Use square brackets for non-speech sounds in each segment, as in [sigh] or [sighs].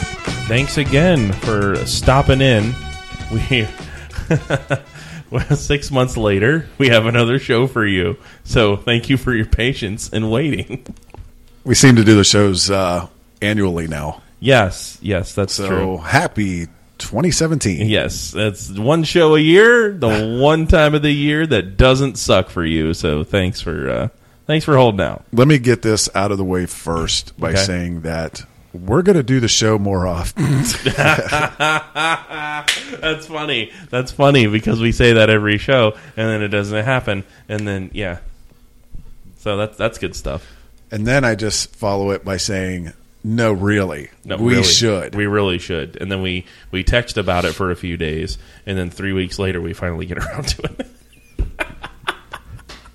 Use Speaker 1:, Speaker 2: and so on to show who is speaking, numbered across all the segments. Speaker 1: thanks again for stopping in. We [laughs] well, six months later, we have another show for you. So thank you for your patience and waiting. [laughs]
Speaker 2: We seem to do the shows uh, annually now.
Speaker 1: Yes, yes, that's
Speaker 2: So
Speaker 1: true.
Speaker 2: happy 2017.
Speaker 1: Yes, that's one show a year, [laughs] the one time of the year that doesn't suck for you. So thanks for uh, thanks for holding out.
Speaker 2: Let me get this out of the way first by
Speaker 1: Okay.
Speaker 2: saying that we're going to do the show more often. [clears throat]
Speaker 1: That's funny. That's funny because we say that every show, and then it doesn't happen, and then yeah. So that's that's good stuff.
Speaker 2: and then I just follow it by saying, no, really.
Speaker 1: No,
Speaker 2: we
Speaker 1: really.
Speaker 2: should.
Speaker 1: We really should. And then we we text about it for a few days, and then three weeks later, we finally get [laughs] around to it.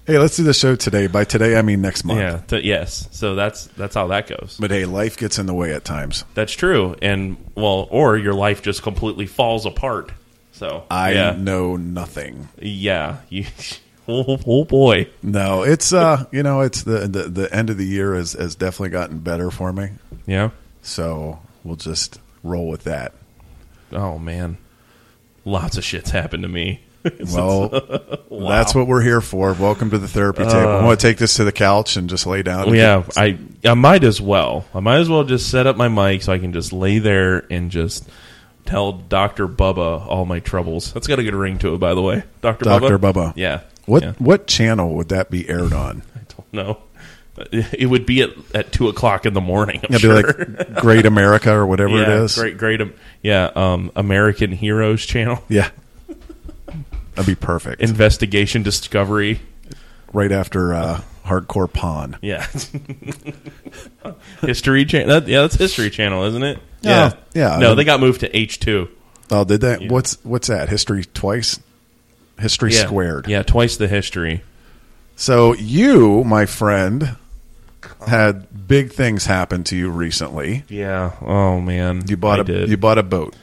Speaker 2: hey, let's do the show today. By today, I mean next month.
Speaker 1: yeah. So- yes. So that's that's how that goes.
Speaker 2: But hey, life gets in the way at times.
Speaker 1: That's true. And well, or your life just completely falls apart. So
Speaker 2: I
Speaker 1: yeah,
Speaker 2: know nothing.
Speaker 1: yeah. [laughs] You, oh, oh boy.
Speaker 2: No, it's uh, you know, it's the, the the end of the year has has definitely gotten better for me.
Speaker 1: Yeah.
Speaker 2: So we'll just roll with that.
Speaker 1: Oh man. Lots of shit's happened to me. [laughs]
Speaker 2: Well, that's what we're here for. Welcome to the therapy table. I want to take this to the couch and just lay down. and
Speaker 1: Uh, yeah,
Speaker 2: get-
Speaker 1: I I might as well. I might as well just set up my mic so I can just lay there and just tell Doctor Bubba all my troubles. That's got a good ring to it, by the way, Doctor
Speaker 2: Dr. Bubba.
Speaker 1: Yeah.
Speaker 2: What
Speaker 1: Yeah.
Speaker 2: what channel would that be
Speaker 1: [laughs]
Speaker 2: aired on?
Speaker 1: I don't know. It would be at, at two o'clock in the morning. I'm
Speaker 2: It'd
Speaker 1: sure. [laughs]
Speaker 2: be like Great America or whatever
Speaker 1: yeah,
Speaker 2: it is.
Speaker 1: great, great. um, yeah, um, American Heroes
Speaker 2: [laughs]
Speaker 1: Channel
Speaker 2: Yeah, that'd be perfect.
Speaker 1: Investigation Discovery.
Speaker 2: right after uh, Hardcore Pawn.
Speaker 1: Yeah, [laughs] History Channel. That, yeah, that's History Channel, isn't it?
Speaker 2: Yeah, Oh, yeah.
Speaker 1: No, they got moved to H two.
Speaker 2: Oh, did that? What's what's that? History twice. History
Speaker 1: yeah.
Speaker 2: squared.
Speaker 1: Yeah, twice the history.
Speaker 2: So you, my friend, had big things happen to you recently.
Speaker 1: Yeah. Oh man,
Speaker 2: You bought
Speaker 1: I
Speaker 2: a
Speaker 1: did.
Speaker 2: you bought a boat.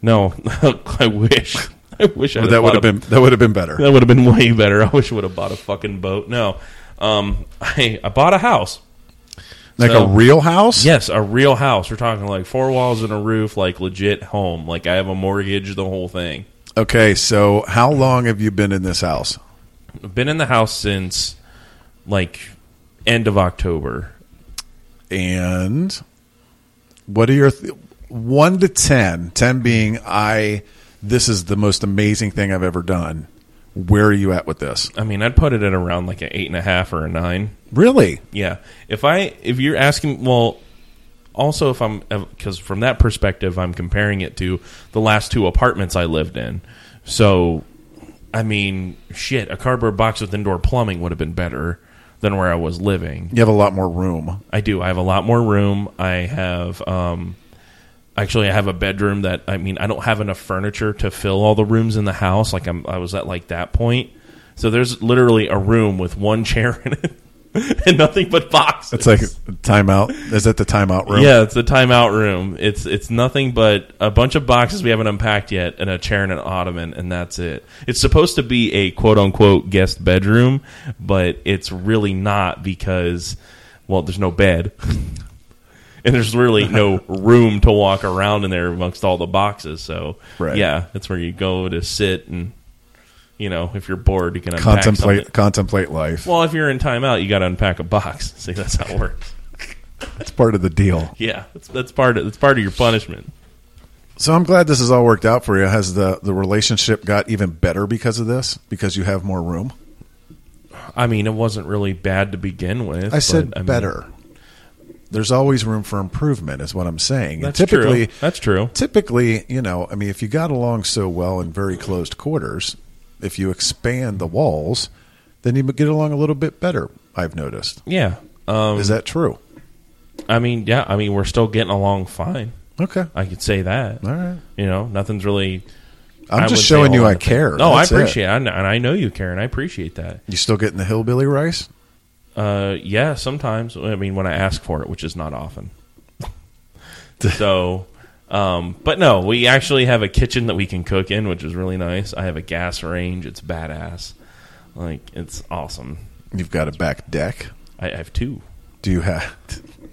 Speaker 1: no, [laughs] I wish. I wish I
Speaker 2: But that would have
Speaker 1: bought a-
Speaker 2: been that would have
Speaker 1: [laughs]
Speaker 2: been better.
Speaker 1: that would have been way better. [laughs] I wish I would have bought a fucking boat. No, um, I I bought a house.
Speaker 2: Like
Speaker 1: So-
Speaker 2: a real house?
Speaker 1: Yes, a real house. We're talking like four walls and a roof, like legit home. Like I have a mortgage, the whole thing.
Speaker 2: Okay, so how long have you been in this house?
Speaker 1: I've been in the house since like end of October.
Speaker 2: And what are your th- 1 to 10, 10 being I this is the most amazing thing I've ever done. Where are you at with this?
Speaker 1: I mean, I'd put it at around like an eight and a half or a nine.
Speaker 2: Really?
Speaker 1: Yeah. If I if you're asking, well, also if I'm because from that perspective, I'm comparing it to the last two apartments I lived in. So, I mean, shit, a cardboard box with indoor plumbing would have been better than where I was living.
Speaker 2: You have a lot more room.
Speaker 1: I do. I have a lot more room. I have um actually I have a bedroom that I mean I don't have enough furniture to fill all the rooms in the house like I'm I was at like that point. So there's literally a room with one [laughs] chair in it and nothing but boxes.
Speaker 2: It's like timeout. Is that the timeout room?
Speaker 1: Yeah, it's the timeout room. It's it's nothing but a bunch of boxes we haven't unpacked yet, and a chair and an ottoman, and that's it. It's supposed to be a quote unquote guest bedroom, but it's really not because, well, there's no bed, [laughs] and there's really
Speaker 2: [laughs]
Speaker 1: no room to walk around in there amongst all the boxes. So
Speaker 2: Right.
Speaker 1: yeah, that's where you go to sit and. You know, if you're bored, you can unpack
Speaker 2: contemplate
Speaker 1: something.
Speaker 2: contemplate life.
Speaker 1: Well, if you're in timeout, you got to unpack a box. [laughs] See, that's how it works.
Speaker 2: It's part of the deal.
Speaker 1: Yeah, that's, that's part of that's part of your punishment.
Speaker 2: So I'm glad this has all worked out for you. Has the the relationship got even better because of this? Because you have more room.
Speaker 1: I mean, it wasn't really bad to begin with.
Speaker 2: I said
Speaker 1: but, mean,
Speaker 2: better. There's always room for improvement, is what I'm saying. And
Speaker 1: that's
Speaker 2: typically,
Speaker 1: true. That's true.
Speaker 2: typically, you know, I mean, if you got along so well in very closed quarters, if you expand the walls, then you get along a little bit better. I've noticed.
Speaker 1: Yeah. Um,
Speaker 2: Is that true?
Speaker 1: I mean, yeah. I mean, we're still getting along fine.
Speaker 2: Okay.
Speaker 1: I could say that.
Speaker 2: All right.
Speaker 1: You know, nothing's really. I
Speaker 2: I'm
Speaker 1: wouldn't
Speaker 2: just
Speaker 1: say
Speaker 2: showing
Speaker 1: all
Speaker 2: you
Speaker 1: that
Speaker 2: I
Speaker 1: bad.
Speaker 2: care.
Speaker 1: No,
Speaker 2: That's
Speaker 1: I
Speaker 2: it.
Speaker 1: appreciate. It. I kn- and I know you, Karen. I appreciate that.
Speaker 2: You still getting the hillbilly rice?
Speaker 1: Uh, yeah, sometimes. I mean, when I ask for it, which is not
Speaker 2: [laughs]
Speaker 1: often. so, um, but no, we actually have a kitchen that we can cook in, which is really nice. I have a gas range. It's badass. Like, it's awesome.
Speaker 2: You've got a back deck.
Speaker 1: I, I have two.
Speaker 2: Do you have?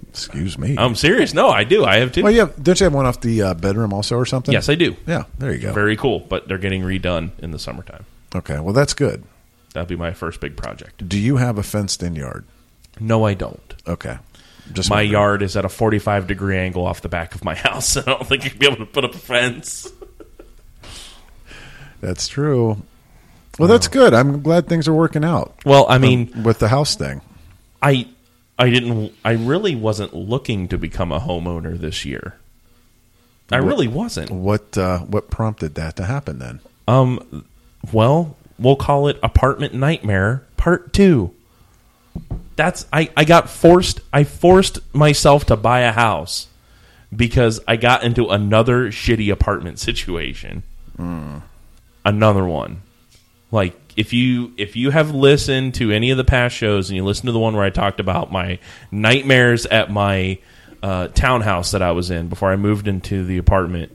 Speaker 2: [laughs] Excuse me.
Speaker 1: I'm serious. No, I do. I have two.
Speaker 2: well, yeah. Don't you have one off the uh, bedroom also or something?
Speaker 1: Yes, I do.
Speaker 2: Yeah. There you go.
Speaker 1: Very cool, but they're getting redone in the summertime.
Speaker 2: okay. Well, that's good.
Speaker 1: That'll be my first big project.
Speaker 2: Do you have a fenced-in yard?
Speaker 1: No, I don't.
Speaker 2: Okay. Just
Speaker 1: My
Speaker 2: wondering.
Speaker 1: yard is at a 45 degree angle off the back of my [laughs] house. I don't think you'd be able to put up a fence.
Speaker 2: That's true. Well, that's good. I'm glad things are working out. Um,
Speaker 1: Well, I mean,
Speaker 2: with the house thing.
Speaker 1: Um, I I didn't I really wasn't looking to become a homeowner this year. I really wasn't.
Speaker 2: What uh, what prompted that to happen then?
Speaker 1: Um well, we'll call it apartment nightmare part 2. That's I I got forced I forced myself to buy a house because I got into another shitty apartment situation. Another one. like if you if you have listened to any of the past shows and you listen to the one where I talked about my nightmares at my uh, townhouse that I was in before I moved into the apartment,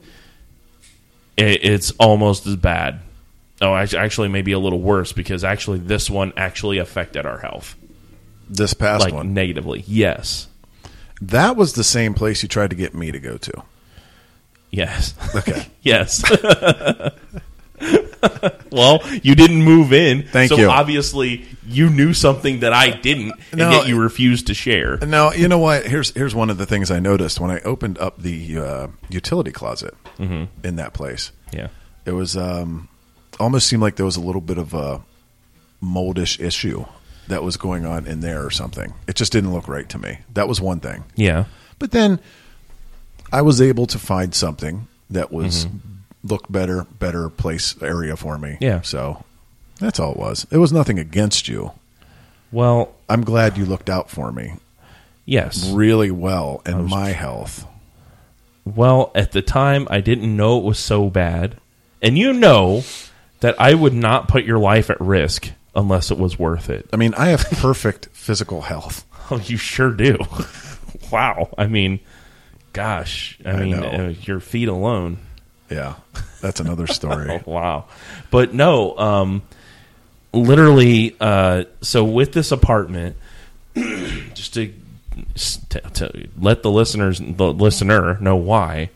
Speaker 1: it, it's almost as bad. Oh, act- actually, maybe a little worse because actually this one actually affected our health
Speaker 2: This past
Speaker 1: like
Speaker 2: one.
Speaker 1: negatively. Yes,
Speaker 2: That was the same place you tried to get me to go to. [laughs]
Speaker 1: yes, [laughs]
Speaker 2: Okay.
Speaker 1: yes. well, you didn't move in,
Speaker 2: Thank
Speaker 1: so
Speaker 2: you.
Speaker 1: obviously you knew something that I didn't, and
Speaker 2: No,
Speaker 1: yet you refused to share.
Speaker 2: now you know what? Here's here's one of the things I noticed when I opened up the uh, utility closet
Speaker 1: Mm-hmm.
Speaker 2: in that place.
Speaker 1: Yeah.
Speaker 2: It was um, almost seemed like there was a little bit of a moldish issue that was going on in there or something. It just didn't look right to me. That was one thing.
Speaker 1: Yeah.
Speaker 2: But then I was able to find something that was
Speaker 1: Mm-hmm.
Speaker 2: looked better, better place area for me.
Speaker 1: Yeah.
Speaker 2: So that's all it was. It was nothing against you.
Speaker 1: Well,
Speaker 2: I'm glad you looked out for me
Speaker 1: yes.
Speaker 2: really well and my health.
Speaker 1: Well, at the time, I didn't know it was so bad. And you know that I would not put your life at risk unless it was worth it.
Speaker 2: I mean, I have perfect [laughs] physical health.
Speaker 1: [laughs] Oh, you sure do. wow. I mean, gosh. I,
Speaker 2: I
Speaker 1: mean,
Speaker 2: know.
Speaker 1: uh, your feet alone.
Speaker 2: Yeah. That's another story.
Speaker 1: [laughs] Oh, wow. But no, um, literally, uh, so with this apartment, [clears throat] just to, s- to, to let the listeners, the listener know why.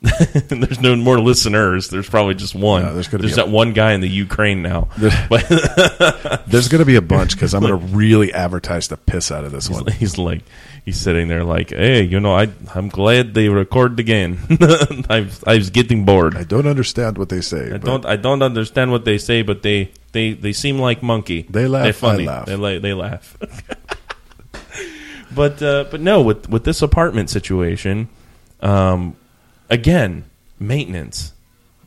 Speaker 1: [laughs] there's no more listeners. There's probably just one.
Speaker 2: No, there's gonna be a-
Speaker 1: that one guy in the Ukraine now. But
Speaker 2: There's going to be a bunch because
Speaker 1: [laughs]
Speaker 2: I'm going to really advertise the piss out of this one.
Speaker 1: he's like, he's sitting there like, hey, you know, I I'm glad they recorded again. [laughs] I I was getting bored.
Speaker 2: I don't understand what they say.
Speaker 1: I
Speaker 2: but
Speaker 1: don't I don't understand what they say, but they they, they seem like monkey.
Speaker 2: They laugh,
Speaker 1: They're funny.
Speaker 2: I laugh.
Speaker 1: They la- they laugh. [laughs] but uh, but no, with with this apartment situation, um, again, maintenance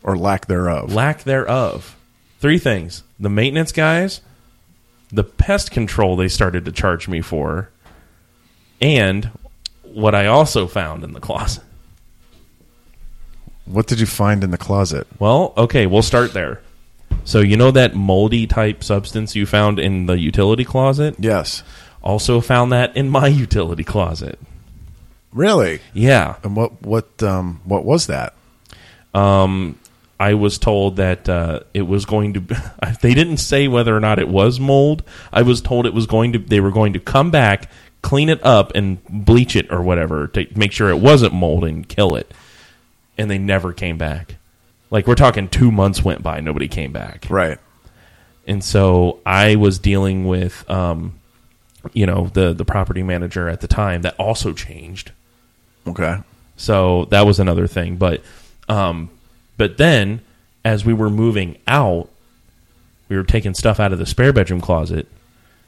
Speaker 2: or lack thereof.
Speaker 1: lack thereof. Three things: the maintenance guys, the pest control they started to charge me for, and what I also found in the closet.
Speaker 2: What did you find in the closet?
Speaker 1: Well, okay, we'll start there. So you know that moldy type substance you found in the utility closet?
Speaker 2: Yes.
Speaker 1: Also found that in my [laughs] utility closet.
Speaker 2: Really?
Speaker 1: Yeah.
Speaker 2: And what what um what was that?
Speaker 1: I was told that uh, it was going to. [laughs] They didn't say whether or not it was mold. I was told it was going to. They were going to come back, clean it up, and bleach it or whatever to make sure it wasn't mold and kill it. And they never came back. Like we're talking two months went by, nobody came back.
Speaker 2: Right.
Speaker 1: And so I was dealing with, um, you know, the the property manager at the time that also changed.
Speaker 2: Okay.
Speaker 1: So that was another thing. But um, but then as we were moving out, we were taking stuff out of the spare bedroom closet.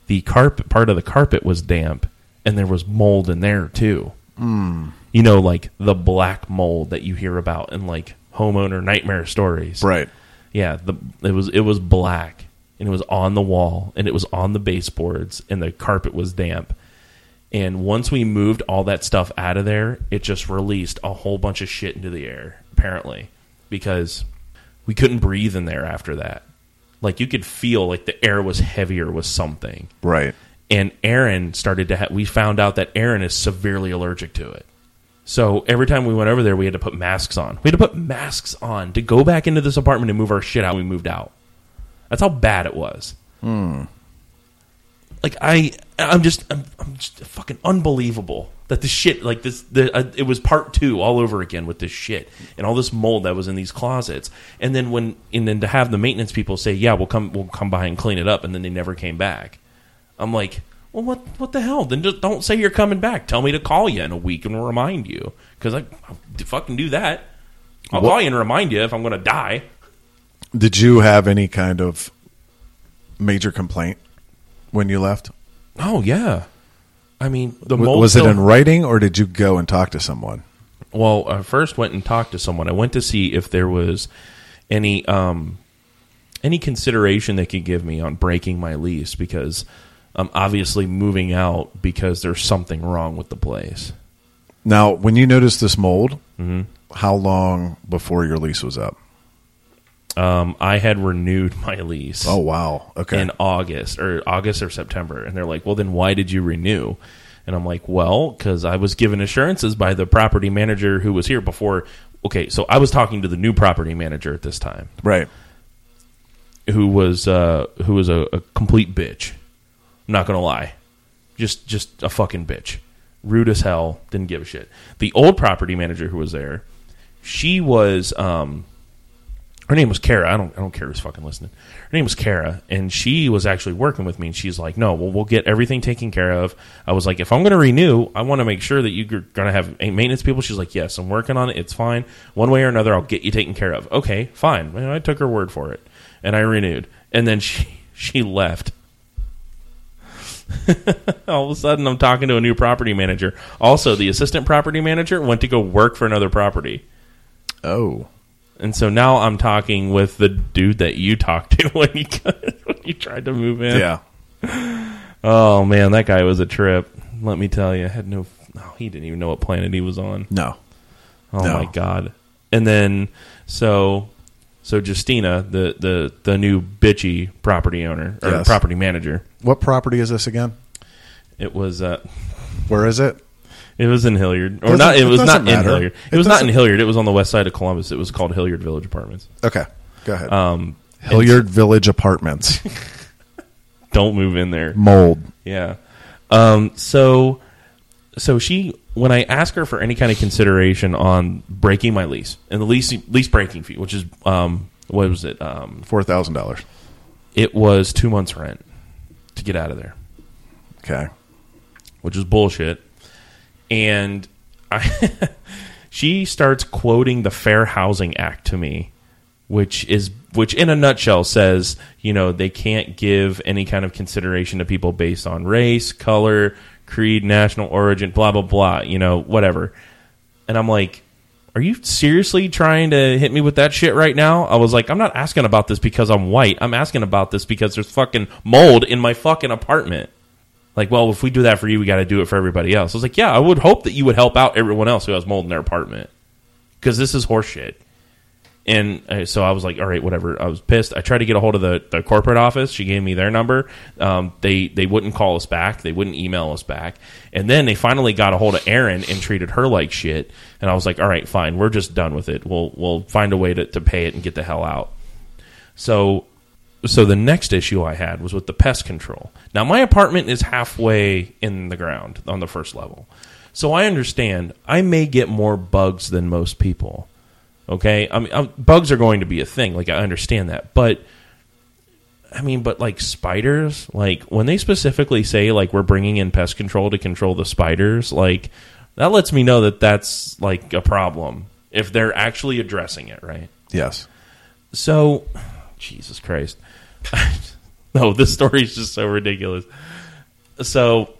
Speaker 1: The carpet part of the carpet was damp, and there was mold in there too. You know, like the black mold that you hear about in like homeowner nightmare stories.
Speaker 2: Right.
Speaker 1: Yeah, the it was it was black and it was on the wall and it was on the baseboards and the carpet was damp. And once we moved all that stuff out of there, it just released a whole bunch of shit into the air, apparently, because we couldn't breathe in there after that. Like you could feel like the air was heavier with something.
Speaker 2: Right.
Speaker 1: And Aaron started to ha- we found out that Aaron is severely allergic to it. So every time we went over there, we had to put masks on. We had to put masks on to go back into this apartment and move our shit out. We moved out. That's how bad it was. like I I'm just I'm, I'm just fucking unbelievable that the shit like this the uh, it was part 2 all over again with this shit and all this mold that was in these closets and then when and then to have the maintenance people say yeah we'll come we'll come by and clean it up and then they never came back I'm like well what what the hell then just don't say you're coming back tell me to call you in a week and remind you cuz I I'll fucking do that I'll
Speaker 2: What-
Speaker 1: call you and remind you if I'm going to die
Speaker 2: Did you have any kind of major complaint when you left?
Speaker 1: Oh yeah, I mean the
Speaker 2: W-
Speaker 1: mold
Speaker 2: was it
Speaker 1: still-
Speaker 2: in writing or did you go and talk to someone?
Speaker 1: Well, I first went and talked to someone. I went to see if there was any um, any consideration they could give me on breaking my lease because I'm obviously moving out because there's something wrong with the place.
Speaker 2: Now, when you noticed this mold,
Speaker 1: Mm-hmm.
Speaker 2: how long before your lease was up?
Speaker 1: Um, I had renewed [laughs] my lease.
Speaker 2: Oh, wow. Okay.
Speaker 1: in August or August or September. And they're like, well, then why did you renew? And I'm like, well, because I was given assurances by the property manager who was here before. Okay, so I was talking to the new property manager at this time,
Speaker 2: right.
Speaker 1: who was uh, who was a, a complete bitch. I'm not gonna lie, just just a fucking bitch, rude as hell. Didn't give a shit. The old property manager who was there, she was um, her name was Kara. I don't I don't care who's fucking listening. Her name was Kara, and she was actually working with me. And she's like, "No, well, we'll get everything taken care of." I was like, "If I'm going to renew, I want to make sure that you're going to have a- maintenance people." She's like, "Yes, I'm working on it. It's fine. One way or another, I'll get you taken care of." Okay, fine. Well, I took her word for it, and I renewed. And then she [laughs] she left. All of a sudden, I'm talking to a new property manager. Also, the assistant property manager went to go work for another property.
Speaker 2: Oh.
Speaker 1: And so now I'm talking with the dude that you talked to [laughs] when you when you tried to move in.
Speaker 2: Yeah.
Speaker 1: Oh man, that guy was a trip. Let me tell you, I had no. No, he didn't even know what planet he was on.
Speaker 2: No.
Speaker 1: Oh
Speaker 2: No.
Speaker 1: my god! And then so so Justina, the the the new bitchy property owner or
Speaker 2: Yes.
Speaker 1: property manager.
Speaker 2: What property is this again?
Speaker 1: It was uh
Speaker 2: Where is it?
Speaker 1: it was in Hilliard or
Speaker 2: Doesn't-
Speaker 1: not. It,
Speaker 2: it
Speaker 1: was
Speaker 2: doesn't
Speaker 1: not in
Speaker 2: matter.
Speaker 1: Hilliard. It,
Speaker 2: It
Speaker 1: was not
Speaker 2: doesn't-
Speaker 1: in Hilliard. It was on the west side of Columbus. It was called Hilliard Village Apartments.
Speaker 2: Okay. Go ahead.
Speaker 1: Um,
Speaker 2: Hilliard
Speaker 1: [laughs]
Speaker 2: Village Apartments.
Speaker 1: don't move in there.
Speaker 2: Mold.
Speaker 1: Yeah. Um, so, so she when I ask her for any kind of consideration on breaking my lease and the lease lease breaking fee, which is um, what was it? Um,
Speaker 2: $4,000.
Speaker 1: it was two months rent to get out of there,
Speaker 2: Okay.
Speaker 1: which is bullshit. And I, [laughs] she starts quoting the Fair Housing Act to me, which is which in a nutshell says you know they can't give any kind of consideration to people based on race, color, creed, national origin, blah blah blah, you know whatever. And I'm like, are you seriously trying to hit me with that shit right now? I was like, I'm not asking about this because I'm white. I'm asking about this because there's fucking mold in my fucking apartment. Like, well, if we do that for you, we got to do it for everybody else. I was like, yeah, I would hope that you would help out everyone else who has mold in their apartment because this is horseshit. And uh, so I was like, all right, whatever. I was pissed. I tried to get a hold of the, the corporate office. She gave me their number. Um, they they wouldn't call us back. They wouldn't email us back. And then they finally got a hold of Erin and treated her like shit. And I was like, all right, fine. We're just done with it. We'll we'll find a way to, to pay it and get the hell out. So so the next issue I had was with the pest control. Now my apartment is halfway in the ground on the first level. So I understand I may get more bugs than most people. Okay? I mean i bugs are going to be a thing, like I understand that. But I mean, but like spiders, like when they specifically say like we're bringing in pest control to control the spiders, like that lets me know that that's like a problem if they're actually addressing it, right?
Speaker 2: Yes.
Speaker 1: So, Jesus Christ. [laughs] no, this story is just so ridiculous. So,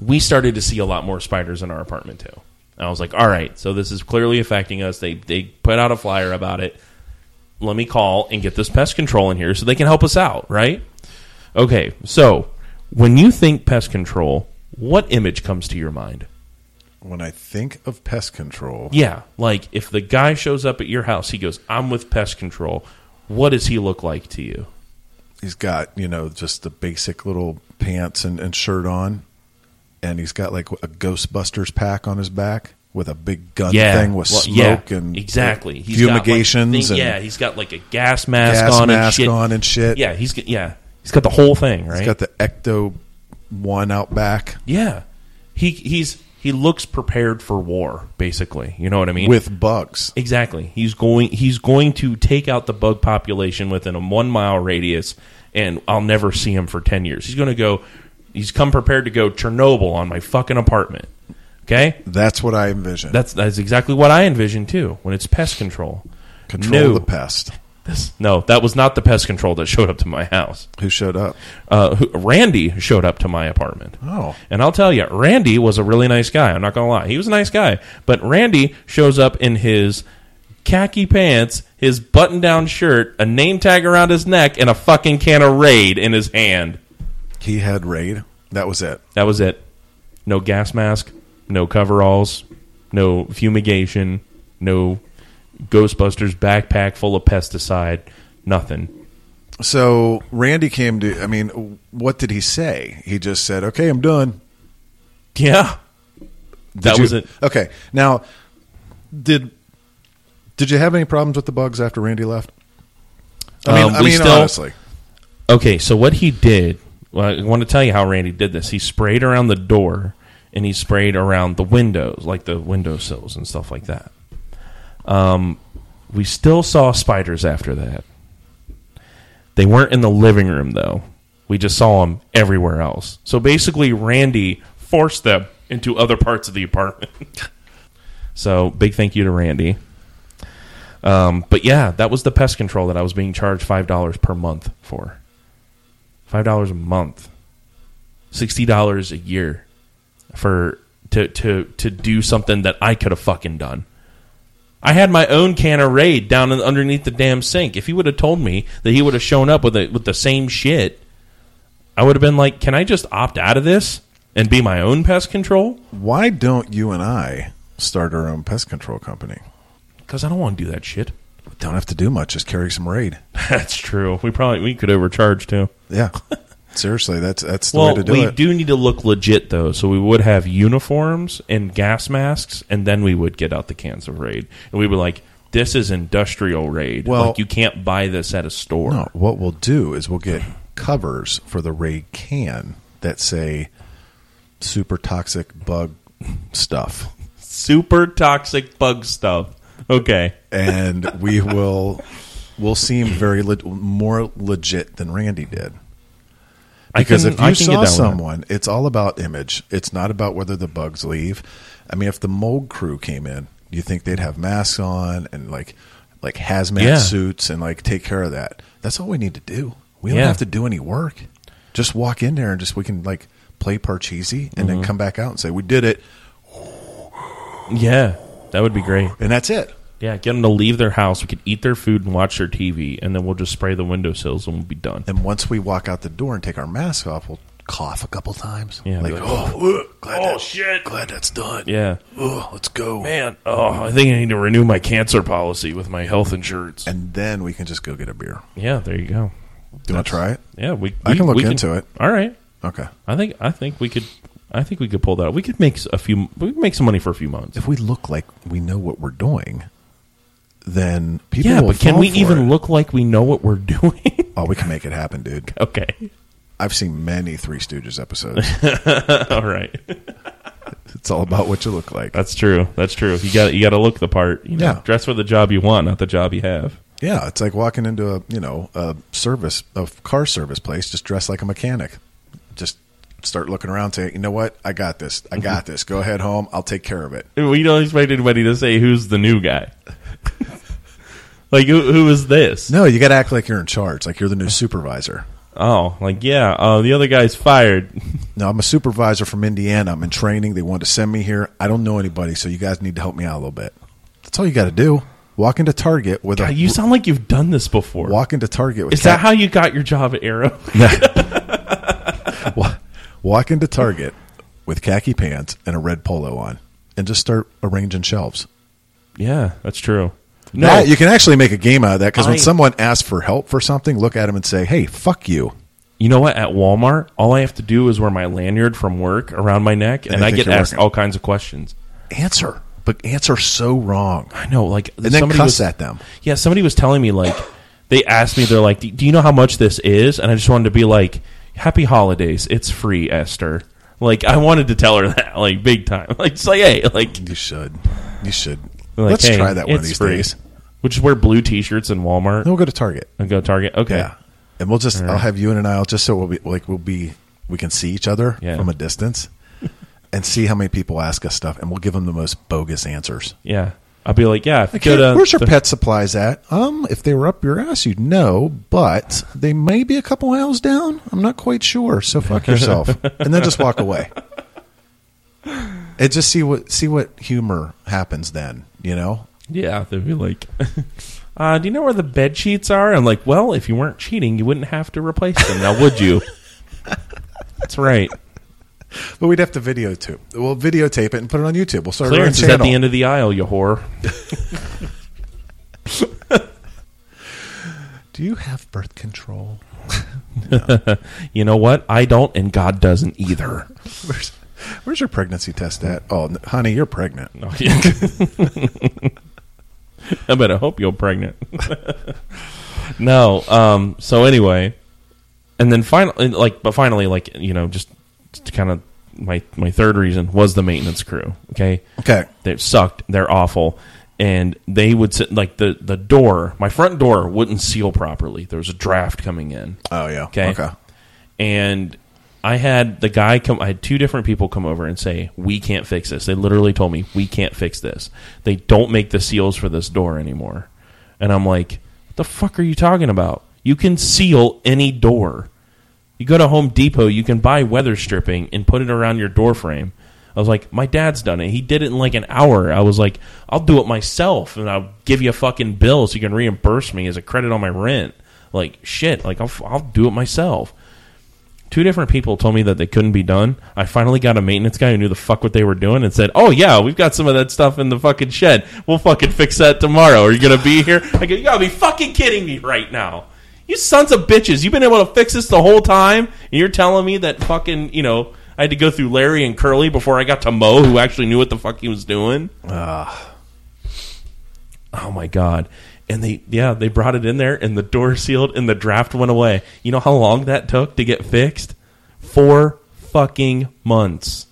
Speaker 1: we started to see a lot more spiders in our apartment, too. And I was like, all right, so this is clearly affecting us. They, they put out a flyer about it. Let me call and get this pest control in here so they can help us out, right? Okay, so when you think pest control, what image comes to your mind?
Speaker 2: When I think of pest control,
Speaker 1: Yeah, like if the guy shows up at your house, he goes, "I'm with pest control." What does he look like to you?
Speaker 2: he's got, you know, just the basic little pants and, and shirt on. And he's got like a Ghostbusters pack on his back with a big gun
Speaker 1: Yeah,
Speaker 2: thing with
Speaker 1: well,
Speaker 2: smoke
Speaker 1: yeah,
Speaker 2: and
Speaker 1: exactly
Speaker 2: fumigations
Speaker 1: Got like, thing-
Speaker 2: and
Speaker 1: yeah, he's got like a gas mask
Speaker 2: gas
Speaker 1: on and
Speaker 2: mask
Speaker 1: shit.
Speaker 2: on and shit.
Speaker 1: Yeah, he's g- yeah. He's got the whole thing, right?
Speaker 2: He's got the Ecto one out back
Speaker 1: yeah. He he's he looks prepared for war, basically. You know what I mean?
Speaker 2: with bugs.
Speaker 1: Exactly. He's going. He's going to take out the bug population within a one mile radius, and I'll never see him for ten years. He's going to go. He's come prepared to go Chernobyl on my fucking apartment. Okay,
Speaker 2: That's what I envision.
Speaker 1: that's that's exactly what I envision too. When it's pest control,
Speaker 2: Control
Speaker 1: no,
Speaker 2: the pest.
Speaker 1: This- no, that was not the pest control that showed up to my house.
Speaker 2: Who showed up?
Speaker 1: Uh, who, Randy showed up to my apartment.
Speaker 2: Oh.
Speaker 1: And I'll tell you, Randy was a really nice guy. I'm not going to lie. He was a nice guy. But Randy shows up in his khaki pants, his button down shirt, a name tag around his neck, and a fucking can of Raid in his hand.
Speaker 2: He had raid. That was it.
Speaker 1: That was it. No gas mask, no coveralls, no fumigation, no Ghostbusters backpack full of pesticide, nothing.
Speaker 2: So Randy came to. I mean, what did he say? He just said, "Okay, I'm done."
Speaker 1: Yeah. that
Speaker 2: Did you-
Speaker 1: was it.
Speaker 2: Okay. Now, did did you have any problems with the bugs after Randy left? I mean,
Speaker 1: Um,
Speaker 2: I
Speaker 1: we
Speaker 2: mean,
Speaker 1: still-
Speaker 2: honestly,
Speaker 1: Okay, so what he did, well, I want to tell you how Randy did this. He sprayed around the door and he sprayed around the windows, like the windowsills and stuff like that. Um, we still saw spiders after that. They weren't in the living room, though. We just saw them everywhere else. So basically, Randy forced them into other parts of the apartment. [laughs] so, big thank you to Randy. Um, but yeah, that was the pest control that I was being charged five dollars per month for. Five dollars a month, sixty dollars a year for to to to do something that I could have fucking done. I had my own can of raid down in, underneath the damn sink. If he would have told me that he would have shown up with a, with the same shit, I would have been like, "Can I just opt out of this and be my own pest control?"
Speaker 2: why don't you and I start our own pest control company?
Speaker 1: Because I don't want to do that shit. [laughs]
Speaker 2: We don't have to do much. Just carry some raid.
Speaker 1: That's true. We probably we could overcharge too. [laughs]
Speaker 2: Yeah. Seriously, that's that's the
Speaker 1: well,
Speaker 2: way to do
Speaker 1: we
Speaker 2: it.
Speaker 1: do need to look legit though, so we would have uniforms and gas masks, and then we would get out the cans of raid, and we were like, "This is industrial raid.
Speaker 2: Well-
Speaker 1: like, you can't buy this at a store."
Speaker 2: No, what we'll do is we'll get covers for the raid can that say super toxic bug stuff.
Speaker 1: Super toxic bug stuff. Okay,
Speaker 2: and we will will seem very le- more legit than Randy did. Because
Speaker 1: I can,
Speaker 2: if you
Speaker 1: I can get
Speaker 2: saw
Speaker 1: down with that.
Speaker 2: someone, it's all about image. It's not about whether the bugs leave. I mean, if the mold crew came in, you think they'd have masks on and like like hazmat
Speaker 1: Yeah.
Speaker 2: suits and like take care of that. That's all we need to do. We don't
Speaker 1: Yeah.
Speaker 2: have to do any work. Just walk in there and just we can like play Parcheesi
Speaker 1: Mm-hmm.
Speaker 2: and then come back out and say we did it,
Speaker 1: yeah, that would be great.
Speaker 2: and that's it.
Speaker 1: Yeah, get them to leave their house. We could eat their food and watch their TV, and then we'll just spray the windowsills and we'll be done.
Speaker 2: And once we walk out the door and take our mask off, we'll cough a couple times.
Speaker 1: Yeah,
Speaker 2: like,
Speaker 1: be like,
Speaker 2: oh, ugh, glad
Speaker 1: "Oh,
Speaker 2: that-
Speaker 1: shit."
Speaker 2: glad that's done.
Speaker 1: Yeah,
Speaker 2: Ugh, let's go.
Speaker 1: man. Oh, I think I need to renew my cancer policy with my health insurance.
Speaker 2: And then we can just go get a beer.
Speaker 1: Yeah, there you go.
Speaker 2: Do you want to try it?
Speaker 1: Yeah, we.
Speaker 2: I
Speaker 1: we-
Speaker 2: can look
Speaker 1: we
Speaker 2: into it.
Speaker 1: All right.
Speaker 2: Okay.
Speaker 1: I think I think we could I think we could pull that. out. We could make a few. We could make some money for a few months.
Speaker 2: If we look like we know what we're doing, then people.
Speaker 1: Yeah,
Speaker 2: will
Speaker 1: but can
Speaker 2: fall
Speaker 1: we
Speaker 2: for
Speaker 1: even
Speaker 2: it.
Speaker 1: look like we know what we're [laughs] doing?
Speaker 2: Oh, we can make it happen, dude.
Speaker 1: okay. [laughs]
Speaker 2: I've seen many Three Stooges [laughs] episodes.
Speaker 1: All right.
Speaker 2: it's all about what you look like.
Speaker 1: That's true. That's true. You got you got to look the part. You know,
Speaker 2: Yeah.
Speaker 1: dress for the job you want, not the job you have.
Speaker 2: Yeah, it's like walking into a you know a service a car service place. Just dress like a mechanic. Just start looking around. Say, you know what? I got this. I got this. Go ahead home. I'll take care of it.
Speaker 1: We don't expect anybody to say who's the new guy. [laughs] like who, who is this?
Speaker 2: No, you got to act like you're in charge. Like you're the [laughs] new supervisor.
Speaker 1: Oh, like yeah. Uh, the other guy's fired.
Speaker 2: No, I'm a supervisor from Indiana. I'm in training. They wanted to send me here. I don't know anybody, so you guys need to help me out a little bit. That's all you got to do. Walk into Target with a
Speaker 1: you sound like you've done this before.
Speaker 2: walk into Target with
Speaker 1: Is that how you got your job at Arrow? [laughs]
Speaker 2: Wa- walk into Target with khaki pants and a red polo on, and just start arranging shelves.
Speaker 1: yeah, that's true. No,
Speaker 2: That- you can actually make a game out of that because
Speaker 1: I-
Speaker 2: when someone asks for help for something, look at them and say, "Hey, fuck you."
Speaker 1: you know what? At Walmart, all I have to do is wear my lanyard from work around my neck, and,
Speaker 2: And they
Speaker 1: I
Speaker 2: think
Speaker 1: get
Speaker 2: you're
Speaker 1: asked
Speaker 2: working.
Speaker 1: all kinds of questions.
Speaker 2: Answer, but answer so wrong,
Speaker 1: I know, like,
Speaker 2: and then
Speaker 1: somebody
Speaker 2: cuss
Speaker 1: was,
Speaker 2: at them.
Speaker 1: Yeah, somebody was telling me like they asked me, they're like, "Do you know how much this is?" And I just wanted to be like, "Happy holidays! It's free, Esther." Like I wanted to tell her [laughs] that, like big time. [laughs] Like it's like, hey, like,
Speaker 2: You should. You should.
Speaker 1: like,
Speaker 2: Let's
Speaker 1: hey,
Speaker 2: try that one of
Speaker 1: it's
Speaker 2: these
Speaker 1: free.
Speaker 2: days.
Speaker 1: We'll just wear blue t-shirts in Walmart
Speaker 2: Then we'll go to Target.
Speaker 1: and go to Target. Okay,
Speaker 2: Yeah. And we'll just I'll have you and an aisle just so we'll be like we'll be we can see each other
Speaker 1: Yeah.
Speaker 2: from
Speaker 1: [laughs]
Speaker 2: a distance and see how many people ask us stuff and we'll give them the most bogus answers.
Speaker 1: yeah. I'll be like, yeah. if you
Speaker 2: Okay,
Speaker 1: go to
Speaker 2: where's your
Speaker 1: the-
Speaker 2: pet supplies at? Um, if they were up your ass, you'd know, but they may be a couple aisles down. I'm not quite sure,
Speaker 1: [laughs]
Speaker 2: so fuck yourself, and then just walk away. And just see what see what humor happens then. You know,
Speaker 1: Yeah, they'd be like, [laughs] uh, "Do you know where the bed sheets are?" I'm like, "Well, if you weren't cheating, you wouldn't have to replace them, now would you?" That's right.
Speaker 2: but we'd have to videotape. We'll videotape it and put it on YouTube. We'll start
Speaker 1: Clearance is
Speaker 2: our own
Speaker 1: at
Speaker 2: channel.
Speaker 1: the end of the aisle, you whore.
Speaker 2: Do you have birth control?
Speaker 1: [laughs] You know what? I don't, and God doesn't either.
Speaker 2: Where's, where's your pregnancy test at? Oh, n- honey, you're pregnant.
Speaker 1: No, yeah. [laughs] I better hope you're pregnant. [laughs] no. Um. So anyway, and then finally, like, but finally, like, you know, just to kind of my my third reason was the maintenance crew. Okay.
Speaker 2: Okay,
Speaker 1: They sucked. They're awful. And they would sit like the the door. My front door wouldn't seal properly. There was a draft coming in.
Speaker 2: Oh yeah.
Speaker 1: Okay. And I had the guy come. I had two different people come over and say, "We can't fix this." They literally told me, "We can't fix this. They don't make the seals for this door anymore." And I'm like, "What the fuck are you talking about? You can seal any door. You go to Home Depot, you can buy weather stripping and put it around your door frame." I was like, "My dad's done it. He did it in like an hour." I was like, "I'll do it myself, and I'll give you a fucking bill so you can reimburse me as a credit on my rent." Like shit, like I'll, I'll do it myself. Two different people told me that they couldn't be done. I finally got a maintenance guy who knew the fuck what they were doing and said, "Oh yeah, we've got some of that stuff in the fucking shed. We'll fucking fix that tomorrow. Are you gonna be here?" I go, "You gotta be fucking kidding me right now." You sons of bitches! You've been able to fix this the whole time, and you're telling me that fucking you know I had to go through Larry and Curly before I got to Mo, who actually knew what the fuck he was doing. Oh my god! And they yeah they brought it in there, and the door [laughs] sealed, and the draft went away. You know how long that took to get fixed? Four fucking months.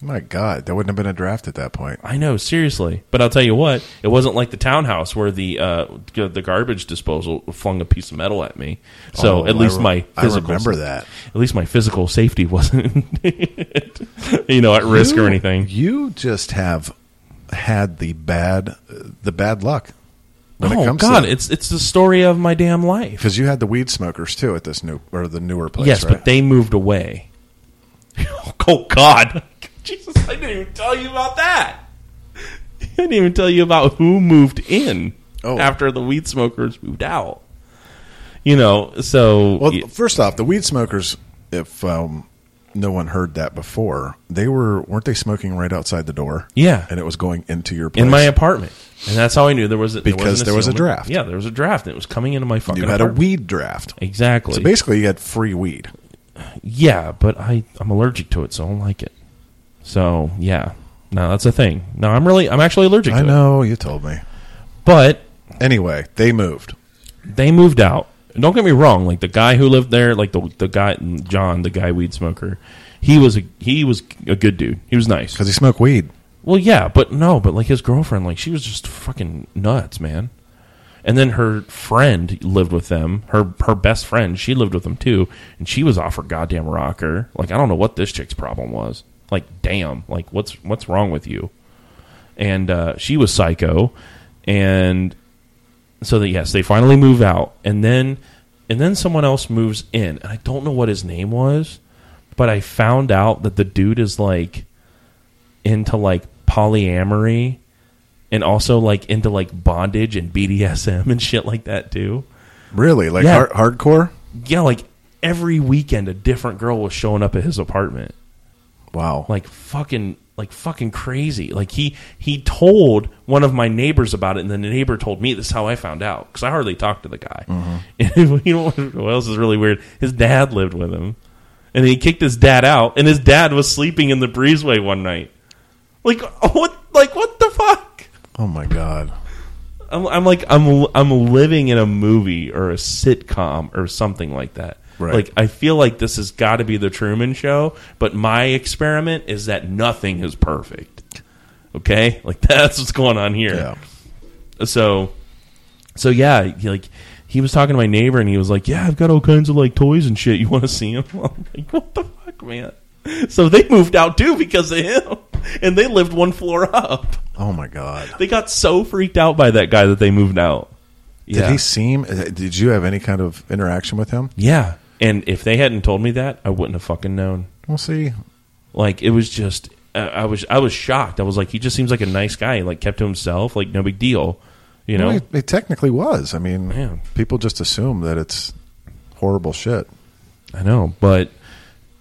Speaker 2: My God, there wouldn't have been a draft at that point.
Speaker 1: I know, seriously. But I'll tell you what, it wasn't like the townhouse where the uh, g- the garbage disposal flung a piece of metal at me. So
Speaker 2: Oh,
Speaker 1: at least
Speaker 2: I re-
Speaker 1: my physical
Speaker 2: I remember that.
Speaker 1: At least my physical safety [laughs] wasn't you know at risk
Speaker 2: You-
Speaker 1: or anything.
Speaker 2: You just have had the bad, the bad luck. When
Speaker 1: oh
Speaker 2: it comes
Speaker 1: God,
Speaker 2: to,
Speaker 1: it's it's the story of my damn life.
Speaker 2: because you had the weed smokers too at this new or the newer place.
Speaker 1: yes,
Speaker 2: right?
Speaker 1: but they moved
Speaker 2: [laughs]
Speaker 1: away. oh God, Jesus! I didn't even tell you about that. I didn't even tell you about who moved in
Speaker 2: Oh.
Speaker 1: after the weed smokers moved out. You know, so
Speaker 2: Well,
Speaker 1: y-
Speaker 2: first off, the weed smokers, if um, no one heard that before, they were weren't they smoking right outside the door?
Speaker 1: Yeah.
Speaker 2: and it was going into your place.
Speaker 1: in my apartment, and that's how I knew there was a,
Speaker 2: Because
Speaker 1: wasn't
Speaker 2: there was a
Speaker 1: ceiling.
Speaker 2: draft.
Speaker 1: Yeah, there was a draft, and it was coming into my fucking.
Speaker 2: you had a
Speaker 1: apartment.
Speaker 2: weed draft.
Speaker 1: exactly.
Speaker 2: So basically, you had free weed.
Speaker 1: Yeah, but I I'm allergic to it, so I don't like it. So yeah, no, that's a thing. No, I'm really I'm actually allergic.
Speaker 2: I
Speaker 1: to it.
Speaker 2: know you told me.
Speaker 1: but
Speaker 2: Anyway, they moved.
Speaker 1: they moved out. And Don't get me wrong. Like the guy who lived there, like the the guy John, the guy weed smoker, he was a he was a good dude. He was nice.
Speaker 2: Because he smoked weed.
Speaker 1: Well, yeah, but no, but like his girlfriend, like she was just fucking nuts, man. And then her friend lived with them. Her her best friend, she lived with them too, and she was off her goddamn rocker. Like I don't know what this chick's problem was. Like damn, like what's what's wrong with you? And uh, she was psycho, and so that yes, they finally move out, and then and then someone else moves in, and I don't know what his name was, but I found out that the dude is like into like polyamory and also like into like bondage and BDSM and shit like that too.
Speaker 2: Really? Like
Speaker 1: Yeah.
Speaker 2: har- hardcore?
Speaker 1: Yeah, like every weekend a different girl was showing up at his apartment.
Speaker 2: Wow.
Speaker 1: Like fucking like fucking crazy. Like he he told one of my neighbors about it and then the neighbor told me this is how I found out cuz I hardly talked to the guy. [laughs] And you know what what else is really weird? His dad lived with him. And he kicked his dad out and his dad was sleeping in the [laughs] breezeway one night. Like what like what the fuck?
Speaker 2: oh my God.
Speaker 1: I'm, I'm like I'm I'm living in a movie or a sitcom or something like that.
Speaker 2: Right.
Speaker 1: Like I feel like this has got to be the Truman Show, but my experiment is that nothing is perfect. Okay, like [laughs] that's what's going on here
Speaker 2: Yeah.
Speaker 1: so so yeah he, like he was talking to my neighbor and he was like yeah i've got all kinds of like toys and shit you want to see them [laughs] i'm like what the fuck man so they moved out too because of him [laughs] and they lived one floor up
Speaker 2: Oh my god.
Speaker 1: they got so freaked out by that guy that they moved out
Speaker 2: Did
Speaker 1: yeah
Speaker 2: he seem? uh, Did you have any kind of interaction with him?
Speaker 1: yeah and if they hadn't told me that i wouldn't have fucking known
Speaker 2: We'll see.
Speaker 1: like it was just I, I was i was shocked i was like he just seems like a nice guy like kept to himself like no big deal you know
Speaker 2: Well, it, it technically was. I mean,
Speaker 1: Man.
Speaker 2: people just assume that it's horrible shit.
Speaker 1: I know, but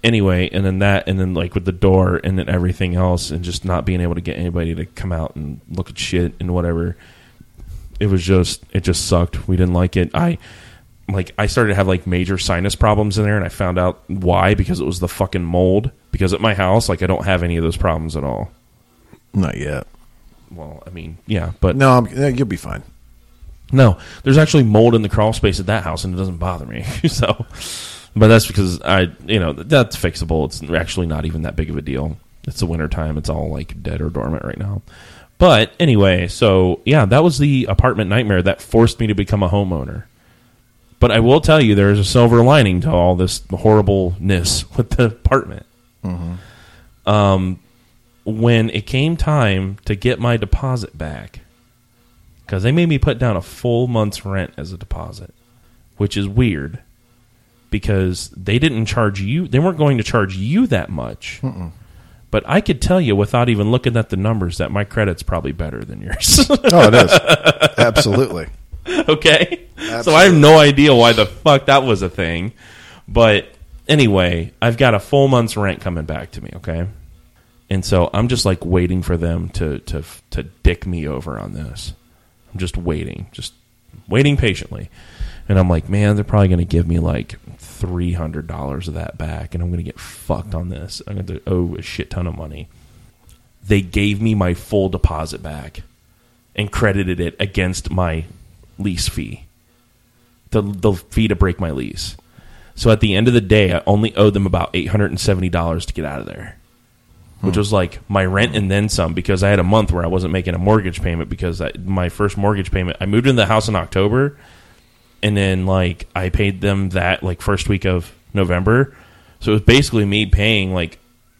Speaker 1: anyway, and then that, and then like with the door, and then everything else, and just not being able to get anybody to come out and look at shit and whatever. It was just, it just sucked. We didn't like it. I, like, I started to have like major sinus problems in there, and I found out why because it was the fucking mold. Because at my house, like, I don't have any of those problems at all.
Speaker 2: Not yet.
Speaker 1: Well, I mean, yeah, but
Speaker 2: No, I'm, yeah, you'll be fine.
Speaker 1: No, there's actually mold in the crawl space at that house, and it doesn't bother me. [laughs] so, but that's because I, you know, that's fixable. It's actually not even that big of a deal. It's the winter time; it's all like dead or dormant right now. But anyway, so yeah, that was the apartment nightmare that forced me to become a homeowner. But I will tell you, there is a silver lining to all this horribleness [laughs] with the apartment. Um, when it came time to get my deposit back, because they made me put down a full month's rent as a deposit, which is weird because they didn't charge you. They weren't going to charge you that much. But I could tell you without even looking at the numbers that my credit's probably better than yours. [laughs]
Speaker 2: Oh, it is absolutely.
Speaker 1: okay? So I have no idea why the fuck that was a thing. But anyway, I've got a full month's rent coming back to me, okay? And so I'm just like waiting for them to to to dick me over on this. I'm just waiting, just waiting patiently. And I'm like, man, they're probably going to give me like $300 of that back and I'm going to get fucked on this. I'm going to owe a shit ton of money. They gave me my full deposit back and credited it against my lease fee. The the fee to break my lease. So at the end of the day, I only owed them about eight hundred and seventy dollars to get out of there, which was like my rent and then some because I had a month where I wasn't making a mortgage payment because I, my first mortgage payment. I moved into the house in October, and then like I paid them that like first week of November. So it was basically me paying like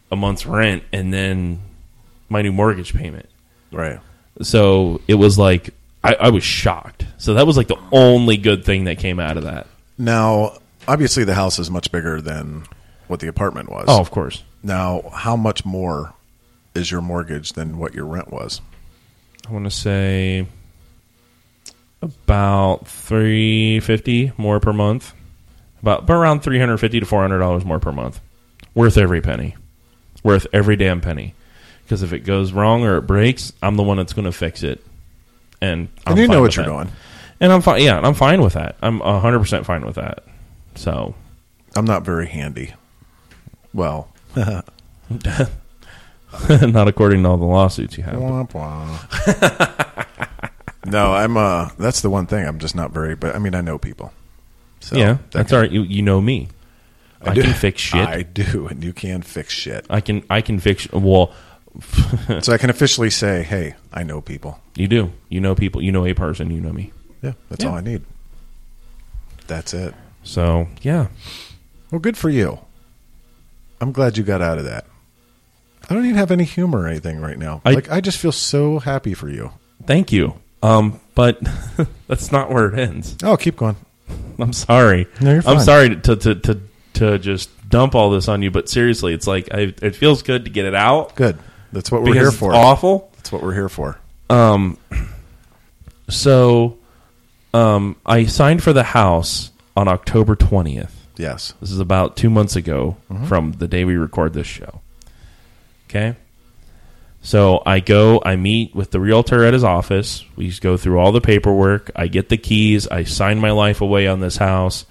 Speaker 1: a month's rent and then my new mortgage payment.
Speaker 2: Right.
Speaker 1: So it was like I, I was shocked. So that was like the only good thing that came out of that.
Speaker 2: Now, obviously, the house is much bigger than what the apartment was.
Speaker 1: Oh, of course.
Speaker 2: Now, how much more is your mortgage than what your rent was?
Speaker 1: I want to say about three fifty more per month, about, about around three hundred fifty to four hundred dollars more per month, worth every penny, worth every damn penny. Because if it goes wrong or it breaks, I'm the one that's going to fix it, and I'm
Speaker 2: and you
Speaker 1: fine
Speaker 2: know
Speaker 1: with
Speaker 2: what you're
Speaker 1: that.
Speaker 2: doing.
Speaker 1: And I'm fine. Yeah, and I'm fine with that. I'm hundred percent fine with that. So [laughs]
Speaker 2: I'm not very handy. Well,
Speaker 1: not according to all the lawsuits you have.
Speaker 2: Womp womp. [laughs] no, I'm. Uh, that's the one thing I'm just not very. But I mean, I know people. So
Speaker 1: yeah,
Speaker 2: that
Speaker 1: that's
Speaker 2: can-
Speaker 1: all right. You, you know me. I,
Speaker 2: do-
Speaker 1: can fix shit.
Speaker 2: I
Speaker 1: I,
Speaker 2: do, and you can fix shit.
Speaker 1: can I can fix. Well, [laughs]
Speaker 2: so I can officially say, hey, I know people.
Speaker 1: you do. You know people. You know a person. You know me.
Speaker 2: Yeah, that's
Speaker 1: Yeah.
Speaker 2: all I need. That's it.
Speaker 1: So yeah,
Speaker 2: Well, good for you. I'm glad you got out of that. I don't even have any humor or anything right now.
Speaker 1: I-
Speaker 2: like I just feel so happy for you.
Speaker 1: thank you. Um, but [laughs] that's not where it ends.
Speaker 2: Oh, keep going.
Speaker 1: I'm sorry.
Speaker 2: No, you're
Speaker 1: I'm
Speaker 2: fine.
Speaker 1: sorry to to to to just dump all this on you. But seriously, it's like I, it feels good to get it out.
Speaker 2: Good. That's what we're
Speaker 1: because
Speaker 2: here
Speaker 1: it's
Speaker 2: for.
Speaker 1: awful.
Speaker 2: That's what we're here for.
Speaker 1: Um, so, um, I signed for the house on October twentieth.
Speaker 2: Yes.
Speaker 1: This is about two months ago from the day we record this show. Okay. So I go, I meet with the realtor at his office. We just go through all the paperwork. I get the keys. I sign my life away on this house.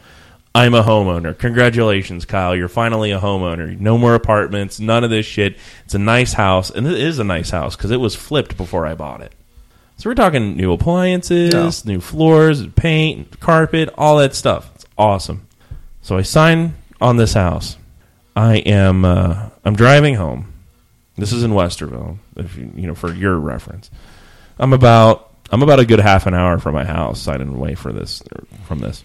Speaker 1: I'm a homeowner. Congratulations, Kyle. You're finally a homeowner. No more apartments, none of this shit. It's a nice house. And it is a nice house because it was flipped before I bought it. So we're talking new appliances, new floors, paint, carpet, all that stuff. It's awesome. So I sign on this house. I am uh, I'm driving home. This is in Westerville, if you, you know for your reference. I'm about I'm about a good half an hour from my house. I didn't wait for this from this.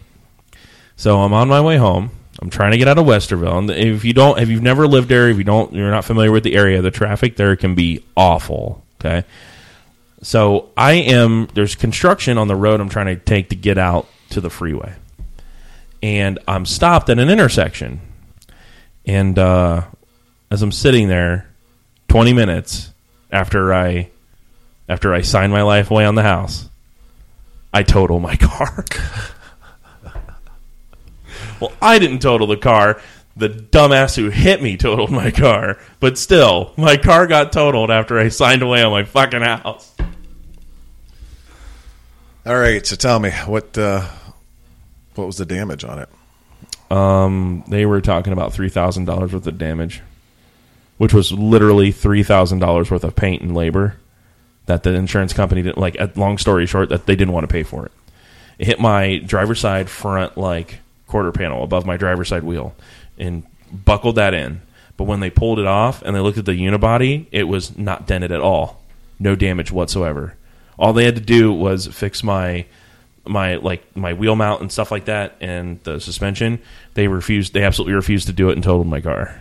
Speaker 1: So I'm on my way home. I'm trying to get out of Westerville. And if you don't, if you've never lived there, if you don't, you're not familiar with the area. The traffic there can be awful. Okay, so I am. There's construction on the road. I'm trying to take to get out to the freeway, and I'm stopped at an intersection. And uh, as I'm sitting there, 20 minutes after I after I sign my life away on the house, I total my [laughs] car. well, I didn't total the car. The dumbass who hit me totaled my car. But still, my car got totaled after I signed away on my fucking house.
Speaker 2: All right, so tell me what uh, what was the damage on it?
Speaker 1: Um, they were talking about three thousand dollars worth of damage, which was literally three thousand dollars worth of paint and labor that the insurance company didn't like. uh, Long story short, that they didn't want to pay for it. It hit my driver's side front like quarter panel above my driver's side wheel and buckled that in. But when they pulled it off and they looked at the unibody, it was not dented at all, no damage whatsoever. All they had to do was fix my my like my wheel mount and stuff like that and the suspension. They refused. They absolutely refused to do it and totaled my car.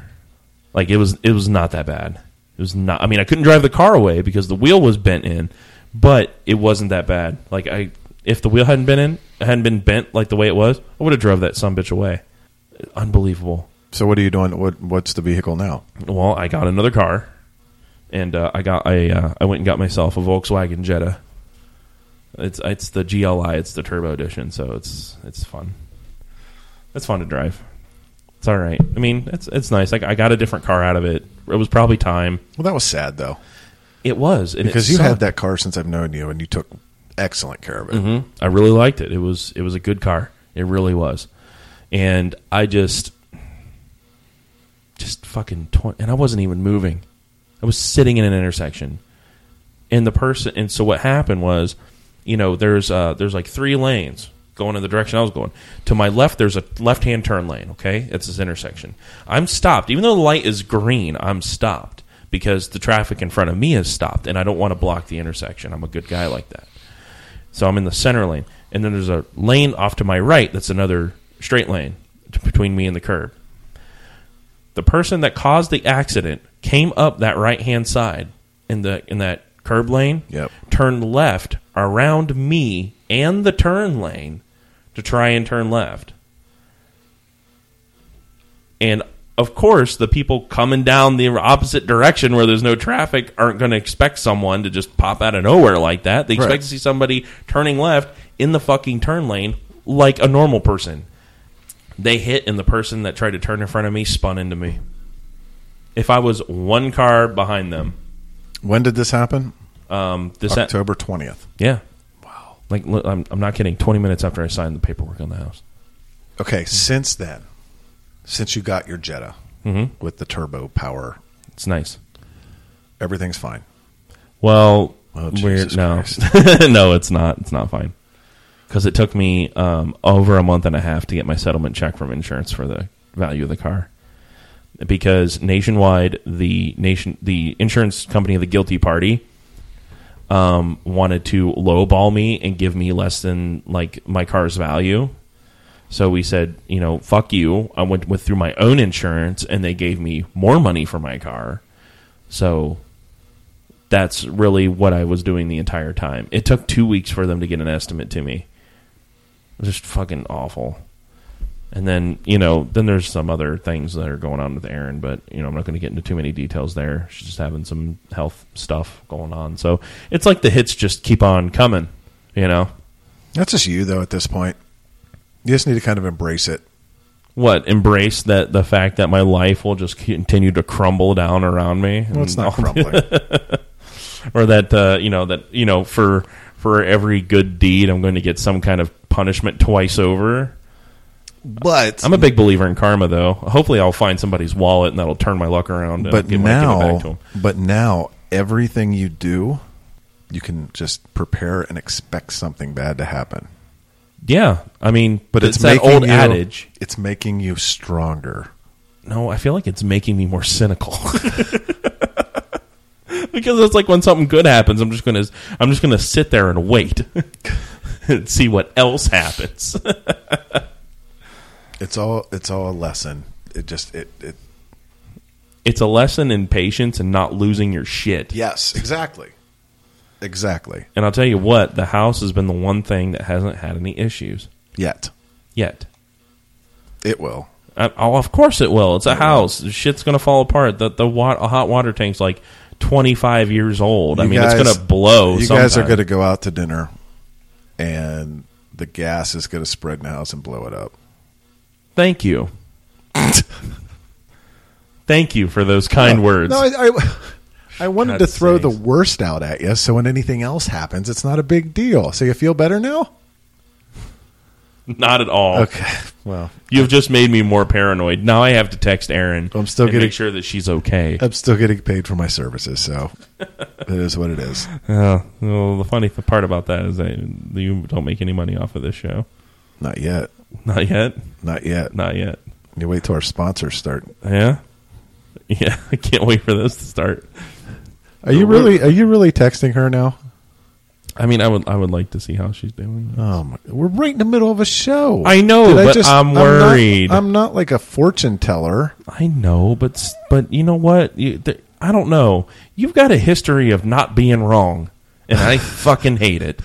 Speaker 1: Like it was it was not that bad. It was not I mean I couldn't drive the car away because the wheel was bent in, but it wasn't that bad. Like I if the wheel hadn't been in hadn't been bent like the way it was, I would have drove that some bitch away. Unbelievable.
Speaker 2: So what are you doing? What what's the vehicle now?
Speaker 1: Well, I got another car and uh, I got I uh, I went and got myself a Volkswagen Jetta. It's it's the GLI, it's the turbo edition, so it's it's fun. It's fun to drive. It's all right. I mean, it's it's nice. Like I got a different car out of it. It was probably time.
Speaker 2: Well, that was sad though,
Speaker 1: It was and it
Speaker 2: because you
Speaker 1: sucked.
Speaker 2: had that car since I've known you, and you took excellent care of it.
Speaker 1: Mhm. I really liked it. It was it was a good car. It really was, and I just just fucking torn. And I wasn't even moving. I was sitting in an intersection, and the person. And so what happened was, you know, there's uh there's like three lanes going in the direction I was going. To my left, there's a left hand turn lane. Okay, it's this intersection. I'm stopped, even though the light is green. I'm stopped because the traffic in front of me is stopped, and I don't want to block the intersection. I'm a good guy like that. So I'm in the center lane. And then there's a lane off to my right that's another straight lane t- between me and the curb. The person that caused the accident came up that right hand side in the in that curb lane,
Speaker 2: Yep.
Speaker 1: turned left around me and the turn lane to try and turn left. And of course, the people coming down the opposite direction where there's no traffic aren't going to expect someone to just pop out of nowhere like that. They expect
Speaker 2: Right.
Speaker 1: to see somebody turning left in the fucking turn lane like a normal person. They hit, and the person that tried to turn in front of me spun into me. If I was one car behind them,
Speaker 2: When did this happen?
Speaker 1: um, this
Speaker 2: October twentieth.
Speaker 1: yeah, wow. Like look, I'm, I'm not kidding. Twenty minutes after I signed the paperwork on the house.
Speaker 2: Okay, since then, since you got your Jetta
Speaker 1: Mm-hmm.
Speaker 2: with the turbo power,
Speaker 1: It's nice.
Speaker 2: everything's fine.
Speaker 1: Well,
Speaker 2: Oh,
Speaker 1: we're,
Speaker 2: Jesus
Speaker 1: no, [laughs] no, it's not. It's not fine because it took me um, over a month and a half to get my settlement check from insurance for the value of the car. Because nationwide, the nation, the insurance company of the guilty party, um, wanted to lowball me and give me less than like my car's value. So we said, you know, fuck you. I went, went through my own insurance, and they gave me more money for my car. So that's really what I was doing the entire time. It took two weeks for them to get an estimate to me. It was just fucking awful. And then, you know, then there's some other things that are going on with Erin, but, you know, I'm not going to get into too many details there. She's just having some health stuff going on. So it's like the hits just keep on coming, you know?
Speaker 2: That's just you though. At this point, you just need to kind of embrace it.
Speaker 1: What, embrace that the fact that my life will just continue to crumble down around me?
Speaker 2: Well, it's
Speaker 1: And
Speaker 2: not
Speaker 1: all- [laughs]
Speaker 2: crumbling.
Speaker 1: or that uh, you know that you know for for every good deed I'm going to get some kind of punishment twice over.
Speaker 2: but
Speaker 1: I'm a big believer in karma though. Hopefully I'll find somebody's wallet and that'll turn my luck around and
Speaker 2: but
Speaker 1: get my- give it back to
Speaker 2: now,
Speaker 1: 'em.
Speaker 2: but now everything you do you can just prepare and expect something bad to happen.
Speaker 1: Yeah, I mean,
Speaker 2: But it's,
Speaker 1: that
Speaker 2: making
Speaker 1: old
Speaker 2: you,
Speaker 1: adage.
Speaker 2: It's making you stronger.
Speaker 1: No, I feel like it's making me more cynical. [laughs] because it's like when something good happens, I'm just gonna I'm just gonna sit there and wait [laughs] and see what else happens. [laughs]
Speaker 2: It's all it's all a lesson. It just it, it
Speaker 1: it's a lesson in patience and not losing your shit.
Speaker 2: yes, exactly. Exactly.
Speaker 1: And I'll tell you what, the house has been the one thing that hasn't had any issues
Speaker 2: Yet
Speaker 1: yet.
Speaker 2: it will.
Speaker 1: Uh, oh, of course it will. It's a house. Shit's gonna fall apart. The the wa- hot water tank's like twenty five years old. I
Speaker 2: You
Speaker 1: mean,
Speaker 2: guys-
Speaker 1: it's gonna blow.
Speaker 2: You guys are
Speaker 1: Oh, sometime.
Speaker 2: going to go out to dinner, and the gas is going to spread in the house and blow it up.
Speaker 1: Thank you. Thank you for those kind words.
Speaker 2: No, I, I, I wanted
Speaker 1: God
Speaker 2: to throw
Speaker 1: sakes.
Speaker 2: the worst out at you, so when anything else happens, it's not a big deal. So you feel better now?
Speaker 1: Not at all.
Speaker 2: Okay. Well,
Speaker 1: You've just made me more paranoid. Now I have to text Erin.
Speaker 2: I'm still
Speaker 1: and
Speaker 2: getting- Uh,
Speaker 1: make sure that she's okay.
Speaker 2: I'm still getting paid for my services, [laughs] so it is what it is.
Speaker 1: Uh, well, the funny th- part about that is that you don't make any money off of this show.
Speaker 2: Not yet.
Speaker 1: Not yet.
Speaker 2: Not yet.
Speaker 1: Not yet.
Speaker 2: You wait till our sponsors start.
Speaker 1: Yeah. [laughs] Yeah. I can't wait for this to start.
Speaker 2: Are you really? Are you really texting her now?
Speaker 1: I mean, I would. I would like to see how she's doing.
Speaker 2: Oh my! We're right in the middle of a show.
Speaker 1: I know,
Speaker 2: Did
Speaker 1: but I'm
Speaker 2: not-
Speaker 1: worried.
Speaker 2: I'm not like a fortune teller.
Speaker 1: I know, but s- but you know what? You, th- I don't know. You've got a history of not being wrong, and I fucking hate it.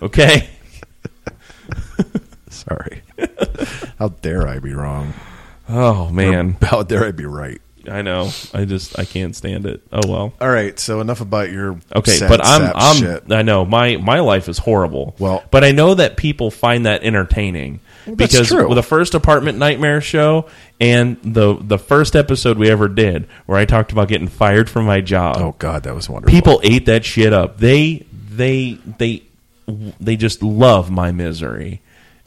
Speaker 1: Okay, [laughs]
Speaker 2: Sorry. How dare I be wrong?
Speaker 1: Oh man,
Speaker 2: Or [laughs] how dare I be right?
Speaker 1: I know. I just I can't stand it. Oh well.
Speaker 2: All right. So enough about your
Speaker 1: Okay,
Speaker 2: sad
Speaker 1: but I'm
Speaker 2: sap
Speaker 1: I'm
Speaker 2: shit.
Speaker 1: I know my my life is horrible.
Speaker 2: Well-
Speaker 1: but I know that people find that entertaining
Speaker 2: that's
Speaker 1: because
Speaker 2: true.
Speaker 1: with the first apartment nightmare show and the the first episode we ever did where I talked about getting fired from my job.
Speaker 2: Oh God, that was wonderful.
Speaker 1: people ate that shit up. They they they they just love my misery.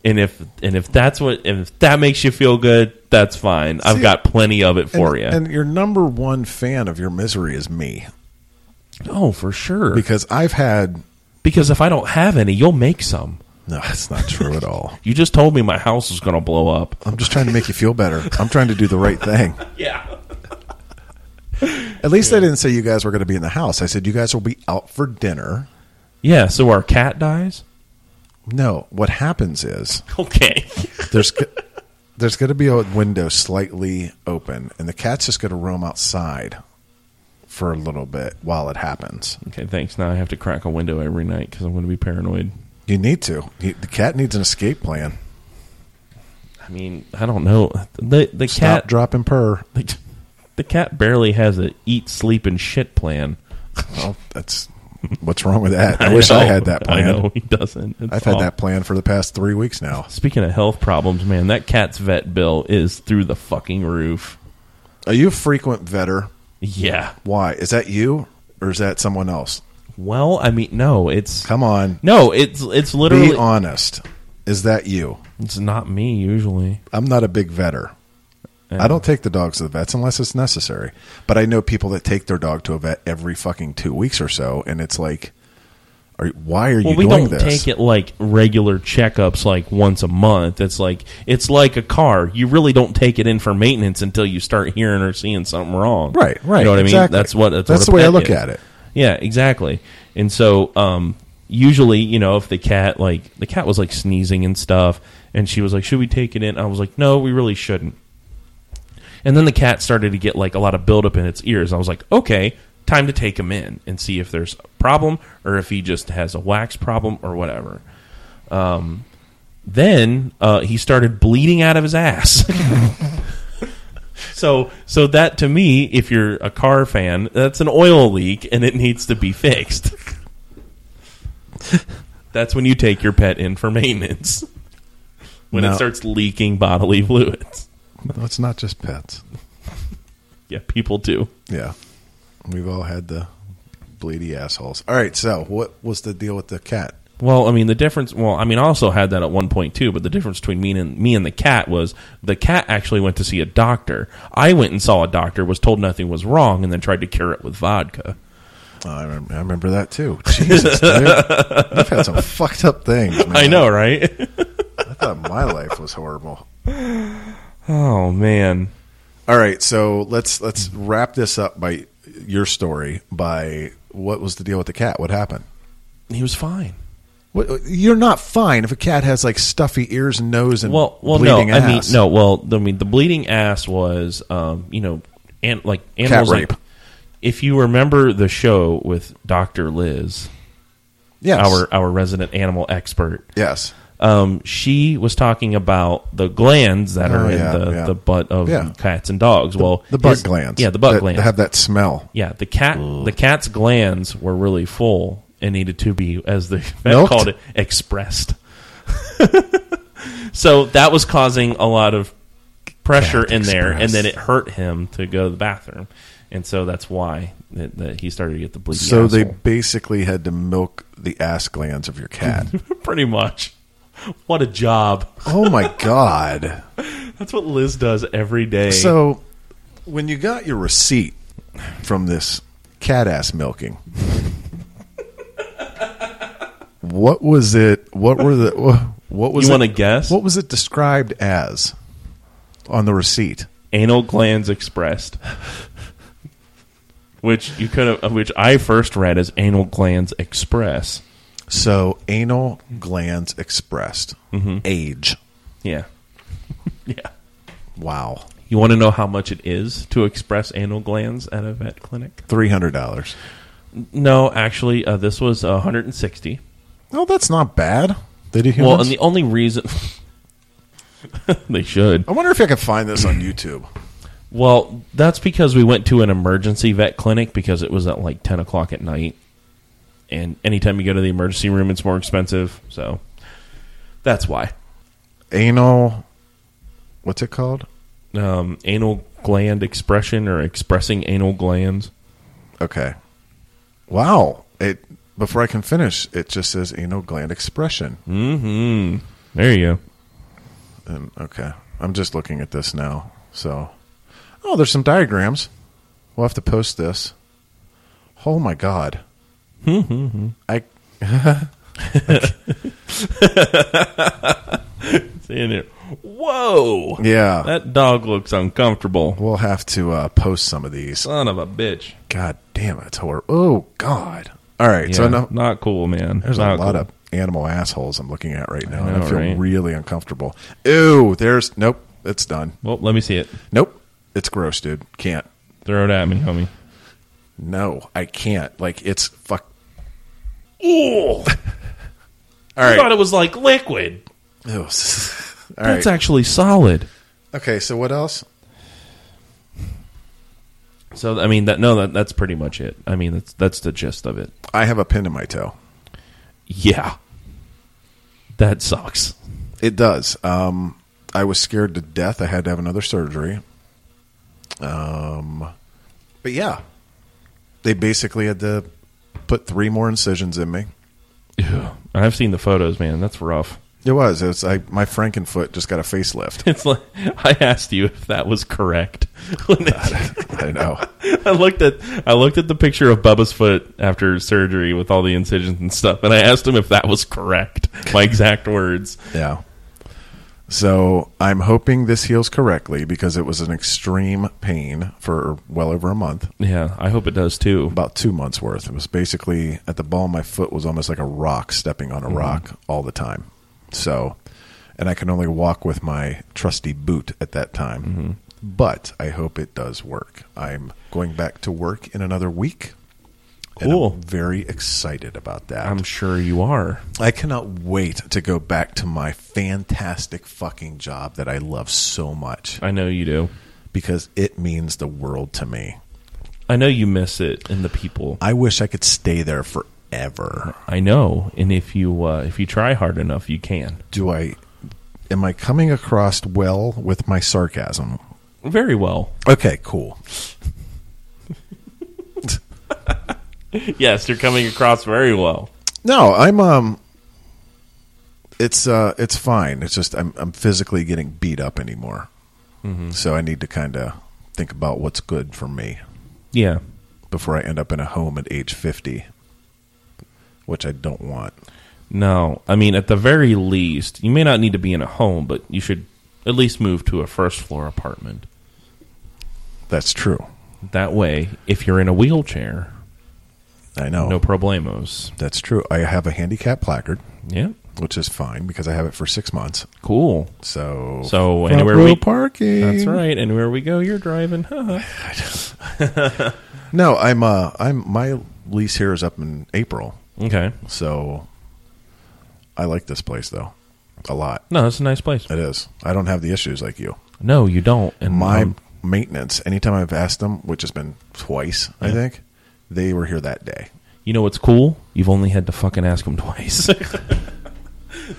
Speaker 1: And if and if that's what if that makes you feel good, that's fine. I've
Speaker 2: See,
Speaker 1: got plenty of it
Speaker 2: and,
Speaker 1: for you.
Speaker 2: and your number one fan of your misery is me
Speaker 1: oh, for sure.
Speaker 2: because I've had.
Speaker 1: Because if I don't have any, you'll make some.
Speaker 2: No, that's not true at all.
Speaker 1: You just told me my house was going to blow up.
Speaker 2: I'm just trying to make you feel better. I'm trying to do the right thing.
Speaker 1: Yeah.
Speaker 2: At least I didn't say you guys were going to be in the house. I said you guys will be out for dinner.
Speaker 1: Yeah, so our cat dies?
Speaker 2: No, what happens is
Speaker 1: Okay.
Speaker 2: there's g- there's going to be a window slightly open, and the cat's just going to roam outside for a little bit while it happens.
Speaker 1: [laughs] okay, thanks. Now I have to crack a window every night because I'm going to be paranoid.
Speaker 2: You need to. He, the cat needs an escape plan.
Speaker 1: I mean, I don't know. The, the
Speaker 2: Stop,
Speaker 1: cat
Speaker 2: drop, and purr.
Speaker 1: Like, the cat barely has a eat, sleep, and shit plan.
Speaker 2: Well, that's what's wrong
Speaker 1: [laughs]
Speaker 2: with that. I, wish I
Speaker 1: know.
Speaker 2: had that plan.
Speaker 1: I know he doesn't. It's
Speaker 2: I've
Speaker 1: all-
Speaker 2: had that plan for the past three weeks now.
Speaker 1: Speaking of health problems, man, that cat's vet bill is through the fucking roof.
Speaker 2: Are you a frequent vetter?
Speaker 1: Yeah.
Speaker 2: Why is that you or is that someone else?
Speaker 1: Well, I mean, no, it's
Speaker 2: Come on,
Speaker 1: no, it's it's literally
Speaker 2: be honest. Is that you?
Speaker 1: it's not me usually.
Speaker 2: I'm not a big vetter. I don't take the dogs to the vets unless it's necessary. But I know people that take their dog to a vet every fucking two weeks or so, and it's like, are, why are
Speaker 1: Well,
Speaker 2: you
Speaker 1: we
Speaker 2: doing
Speaker 1: don't
Speaker 2: this?
Speaker 1: take it like regular checkups, like once a month. It's like it's like a car. You really don't take it in for maintenance until you start hearing or seeing something wrong.
Speaker 2: Right, right.
Speaker 1: You know what I mean?
Speaker 2: exactly.
Speaker 1: That's what that's,
Speaker 2: that's
Speaker 1: what a
Speaker 2: the way I
Speaker 1: pet is.
Speaker 2: look at it.
Speaker 1: Yeah, exactly. And so, um, usually, you know, if the cat like the cat was like sneezing and stuff, and she was like, "Should we take it in?" I was like, "No, we really shouldn't." And then the cat started to get like a lot of buildup in its ears. I was like, "Okay, time to take him in and see if there's a problem or if he just has a wax problem or whatever." Um, then uh, he started bleeding out of his ass. [laughs] So, so that to me, if you're a car fan, that's an oil leak and it needs to be [laughs] fixed. that's when you take your pet in for maintenance. When it
Speaker 2: No.
Speaker 1: starts leaking bodily fluids.
Speaker 2: No, it's not just pets.
Speaker 1: Yeah, people do.
Speaker 2: Yeah, we've all had the bleedy assholes. All right, so what was the deal with the cat?
Speaker 1: Well, I mean, the difference. Well, I mean, I also had that at one point too. But the difference between me and me and the cat was the cat actually went to see a doctor. I went and saw a doctor, was told nothing was wrong, and then tried to cure it with vodka.
Speaker 2: Oh, I, remember, I remember that
Speaker 1: [laughs]
Speaker 2: too. Jesus, dude. I've had some fucked up things. Man.
Speaker 1: I know, right? [laughs]
Speaker 2: I thought my life was horrible.
Speaker 1: oh man.
Speaker 2: All right, so let's let's wrap this up by your story. By what was the deal with the cat? What happened?
Speaker 1: He was fine.
Speaker 2: What, you're not fine if a cat has like stuffy ears and nose and
Speaker 1: Well, well, no.
Speaker 2: bleeding
Speaker 1: I mean,
Speaker 2: ass.
Speaker 1: no. Well, the- I mean, the bleeding ass was, um, you know, and like animals. like-
Speaker 2: rape.
Speaker 1: if you remember the show with Doctor Liz,
Speaker 2: Yes.
Speaker 1: our our resident animal expert,
Speaker 2: yes.
Speaker 1: um, she was talking about the glands that are
Speaker 2: Oh,
Speaker 1: in
Speaker 2: yeah,
Speaker 1: the,
Speaker 2: yeah.
Speaker 1: the butt of
Speaker 2: Yeah.
Speaker 1: cats and dogs. well,
Speaker 2: The butt
Speaker 1: his-
Speaker 2: glands.
Speaker 1: Yeah, the butt
Speaker 2: that-
Speaker 1: glands.
Speaker 2: That have that smell.
Speaker 1: yeah, the cat the cat's glands were really full and needed to be, as the [laughs] vet
Speaker 2: Milked?
Speaker 1: called it, expressed. [laughs] so that was causing a lot of pressure
Speaker 2: Cat
Speaker 1: in there, and
Speaker 2: express.
Speaker 1: then it hurt him to go to the bathroom, and so that's why that, that he started to get the bleeding.
Speaker 2: So they
Speaker 1: asshole. [laughs]
Speaker 2: basically had to milk the ass glands of your [laughs] cat.
Speaker 1: pretty much. What a job!
Speaker 2: oh my god.
Speaker 1: That's what Liz does every day.
Speaker 2: So, when you got your receipt from this cat ass milking, what was it? What were the? wha- What was?
Speaker 1: You
Speaker 2: it-
Speaker 1: wanna guess?
Speaker 2: What was it described as on the receipt?
Speaker 1: anal glands expressed. Which you could have, uh, which I first read as anal glands express.
Speaker 2: So, anal glands expressed.
Speaker 1: Mm-hmm.
Speaker 2: Age.
Speaker 1: Yeah. [laughs] yeah.
Speaker 2: Wow.
Speaker 1: You want to know how much it is to express anal glands at a vet clinic?
Speaker 2: Three hundred dollars.
Speaker 1: No, actually, uh, this was 160.
Speaker 2: Oh, that's not bad. They do humans.
Speaker 1: Well, and the only reason [laughs] they should.
Speaker 2: I wonder if I can find this on YouTube.
Speaker 1: Well, that's because we went to an emergency vet clinic because it was at like 10 o'clock at night. And anytime you go to the emergency room, it's more expensive. So that's why.
Speaker 2: Anal. What's it called?
Speaker 1: Um, anal gland expression or expressing anal glands.
Speaker 2: Okay. Wow. It before I can finish, it just says anal gland expression.
Speaker 1: Mm hmm. There you go.
Speaker 2: And Um, okay. I'm just looking at this now. So Oh, there's some diagrams. We'll have to post this. Oh my god. I
Speaker 1: Seeing it. Whoa!
Speaker 2: yeah.
Speaker 1: That dog looks uncomfortable.
Speaker 2: we'll have to uh, post some of these.
Speaker 1: Son of a bitch.
Speaker 2: God damn it, it's horrible. Oh god. All right.
Speaker 1: Yeah,
Speaker 2: so now
Speaker 1: not cool, man.
Speaker 2: there's
Speaker 1: Not
Speaker 2: a lot
Speaker 1: cool.
Speaker 2: of animal assholes I'm looking at right now.
Speaker 1: I
Speaker 2: and
Speaker 1: know,
Speaker 2: I feel
Speaker 1: right?
Speaker 2: really uncomfortable. Ew, there's nope, it's done.
Speaker 1: Well, let me see it.
Speaker 2: Nope. It's gross, dude. Can't.
Speaker 1: Throw it at me, homie.
Speaker 2: No, I can't. Like it's fuck. Ooh. [laughs] All right.
Speaker 1: I thought it was like liquid.
Speaker 2: Ew. [laughs] All
Speaker 1: That's
Speaker 2: right.
Speaker 1: actually solid.
Speaker 2: okay. So what else?
Speaker 1: So I mean that no that that's pretty much it. I mean that's that's the gist of it.
Speaker 2: I have a pin in my toe.
Speaker 1: Yeah. That sucks. [sighs]
Speaker 2: It does. Um, I was scared to death. I had to have another surgery. Um, but yeah, they basically had to put three more incisions in me.
Speaker 1: Ew. I've seen the photos, man. That's rough. [laughs]
Speaker 2: It was. It was I, my Frankenfoot just got a facelift. [laughs]
Speaker 1: It's like I asked you if that was correct. [laughs] When it-
Speaker 2: I know.
Speaker 1: [laughs] I looked at I looked at the picture of Bubba's foot after surgery with all the incisions and stuff, and I asked him if that was correct. My exact words.
Speaker 2: Yeah. So I'm hoping this heals correctly because it was an extreme pain for well over a month,
Speaker 1: Yeah, I hope it does too.
Speaker 2: about two months worth. It was basically at the ball of my foot was almost like a rock, stepping on a
Speaker 1: Mm-hmm.
Speaker 2: rock all the time. So, and I can only walk with my trusty boot at that time.
Speaker 1: Mm-hmm.
Speaker 2: But I hope it does work. I'm going back to work in another week. and I'm
Speaker 1: Cool.
Speaker 2: very excited about that.
Speaker 1: I'm sure you are.
Speaker 2: I cannot wait to go back to my fantastic fucking job that I love so much
Speaker 1: I know you do.
Speaker 2: because it means the world to me.
Speaker 1: I know you miss it and the people.
Speaker 2: I wish I could stay there forever.
Speaker 1: I know, and if you uh, if you try hard enough, you can.
Speaker 2: Do I am I coming across well with my sarcasm?
Speaker 1: Very well.
Speaker 2: Okay, cool.
Speaker 1: Yes, you're coming across very well.
Speaker 2: No, I'm um it's uh it's fine. It's just I'm I'm physically getting beat up anymore. So I need to kind of think about what's good for me.
Speaker 1: Yeah.
Speaker 2: before I end up in a home at age 50, which I don't want.
Speaker 1: No, I mean at the very least, you may not need to be in a home, but you should at least move to a first floor apartment.
Speaker 2: That's true.
Speaker 1: That way, if you're in a wheelchair,
Speaker 2: I know.
Speaker 1: no problemos.
Speaker 2: That's true. I have a handicap placard,
Speaker 1: Yeah,
Speaker 2: which is fine because I have it for six months.
Speaker 1: cool.
Speaker 2: So,
Speaker 1: So
Speaker 2: Front
Speaker 1: anywhere
Speaker 2: row
Speaker 1: we
Speaker 2: parking.
Speaker 1: that's right, anywhere we go, you're driving. [laughs]
Speaker 2: No, I'm uh, I'm my lease here is up in April,
Speaker 1: okay,
Speaker 2: so I like this place though a lot.
Speaker 1: no, it's a nice place.
Speaker 2: It is. I don't have the issues like you.
Speaker 1: No, you don't. And
Speaker 2: My
Speaker 1: um,
Speaker 2: maintenance, anytime I've asked them, which has been twice, I think, they were here that day.
Speaker 1: you know what's cool? You've only had to fucking ask them [laughs] twice.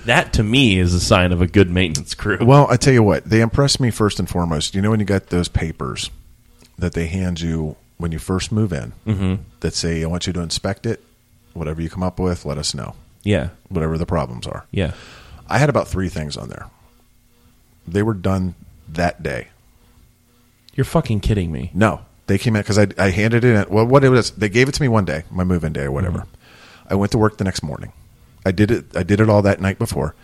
Speaker 1: that to me is a sign of a good maintenance crew.
Speaker 2: Well, I tell you what, they impressed me first and foremost. You know when you got those papers that they hand you when you first move in that say, "I want you to inspect it. Whatever you come up with, let us know.
Speaker 1: Yeah,
Speaker 2: Whatever the problems are."
Speaker 1: yeah.
Speaker 2: I had about three things on there. They were done that day.
Speaker 1: You're fucking kidding me.
Speaker 2: No, they came in because I, I handed it in. Well, what it was, they gave it to me one day, my move-in day or whatever. I went to work the next morning. I did it. I did it all that night before.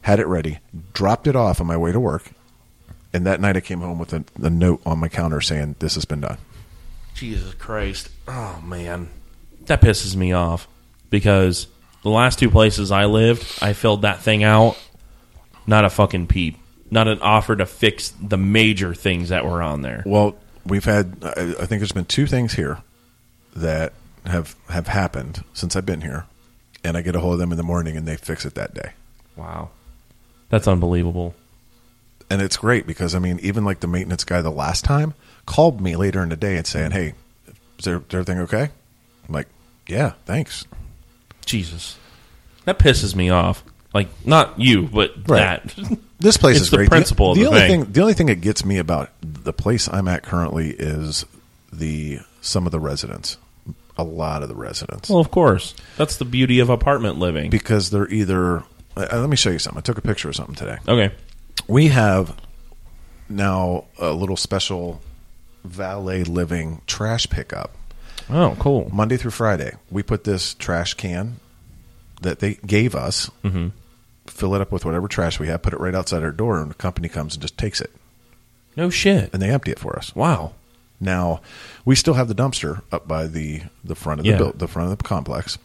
Speaker 2: Had it ready. Dropped it off on my way to work. And that night, I came home with a, a note on my counter saying, "This has been done."
Speaker 1: Jesus Christ. Oh, man. That pisses me off because the last two places I lived, I filled that thing out. Not a fucking peep. Not an offer to fix the major things that were on there.
Speaker 2: Well, we've had. I, I think there's been two things here that have have happened since I've been here, and I get a hold of them in the morning, and they fix it that day.
Speaker 1: Wow. That's unbelievable.
Speaker 2: and it's great because I mean, even like the maintenance guy the last time called me later in the day and saying, "Hey, is, there, is everything okay?" I'm like, "Yeah, thanks."
Speaker 1: Jesus. That pisses me off. Like, not you, but
Speaker 2: Right.
Speaker 1: [laughs] that.
Speaker 2: This place
Speaker 1: It's
Speaker 2: is
Speaker 1: the
Speaker 2: great.
Speaker 1: principle of the
Speaker 2: only
Speaker 1: thing.
Speaker 2: the only thing that gets me about the place I'm at currently is the some of the residents, a lot of the residents,
Speaker 1: well, of course. That's the beauty of apartment living.
Speaker 2: because they're either. uh, Let me show you something. I took a picture of something today.
Speaker 1: okay.
Speaker 2: We have now a little special valet living trash pickup
Speaker 1: Oh, cool.
Speaker 2: Monday through Friday, we put this trash can that they gave us, fill it up with whatever trash we have, put it right outside our door, and the company comes and just takes it
Speaker 1: No shit.
Speaker 2: and they empty it for us.
Speaker 1: Wow.
Speaker 2: Now, we still have the dumpster up by the the front of the
Speaker 1: Yeah.
Speaker 2: buil- the front of the complex.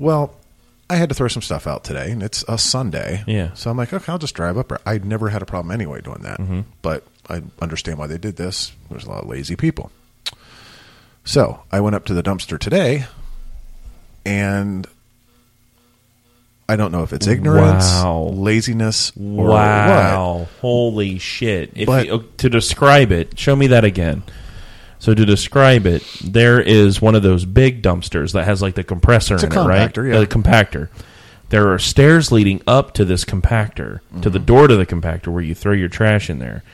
Speaker 2: Well, I had to throw some stuff out today, and it's a Sunday.
Speaker 1: Yeah.
Speaker 2: So I'm like, okay, I'll just drive up. there. I'd never had a problem anyway doing that,
Speaker 1: Mm-hmm.
Speaker 2: but I understand why they did this. There's a lot of lazy people. So I went up to the dumpster today, and I don't know if it's ignorance,
Speaker 1: Wow.
Speaker 2: laziness, or what.
Speaker 1: Wow! Holy shit! If
Speaker 2: But-
Speaker 1: you, oh, to describe it, show me that again. So to describe it, there is one of those big dumpsters that has like the compressor
Speaker 2: a
Speaker 1: in it, right? Uh,
Speaker 2: compactor, yeah.
Speaker 1: The compactor. There are stairs leading up to this compactor, to
Speaker 2: Mm-hmm.
Speaker 1: the door to the compactor where you throw your trash in there.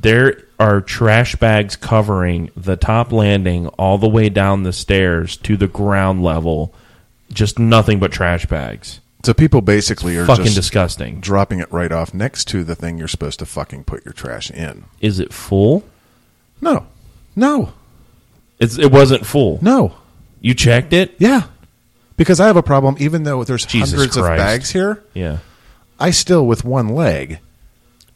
Speaker 1: There are trash bags covering the top landing all the way down the stairs to the ground level. Just nothing but trash bags.
Speaker 2: So people basically are
Speaker 1: Fucking
Speaker 2: just
Speaker 1: disgusting.
Speaker 2: dropping it right off next to the thing you're supposed to fucking put your trash in.
Speaker 1: Is it full?
Speaker 2: No. No.
Speaker 1: It's, it wasn't full.
Speaker 2: No.
Speaker 1: You checked it?
Speaker 2: Yeah. Because I have a problem, even though there's
Speaker 1: Jesus
Speaker 2: hundreds of
Speaker 1: Christ.
Speaker 2: bags here,
Speaker 1: Yeah.
Speaker 2: I still, with one leg,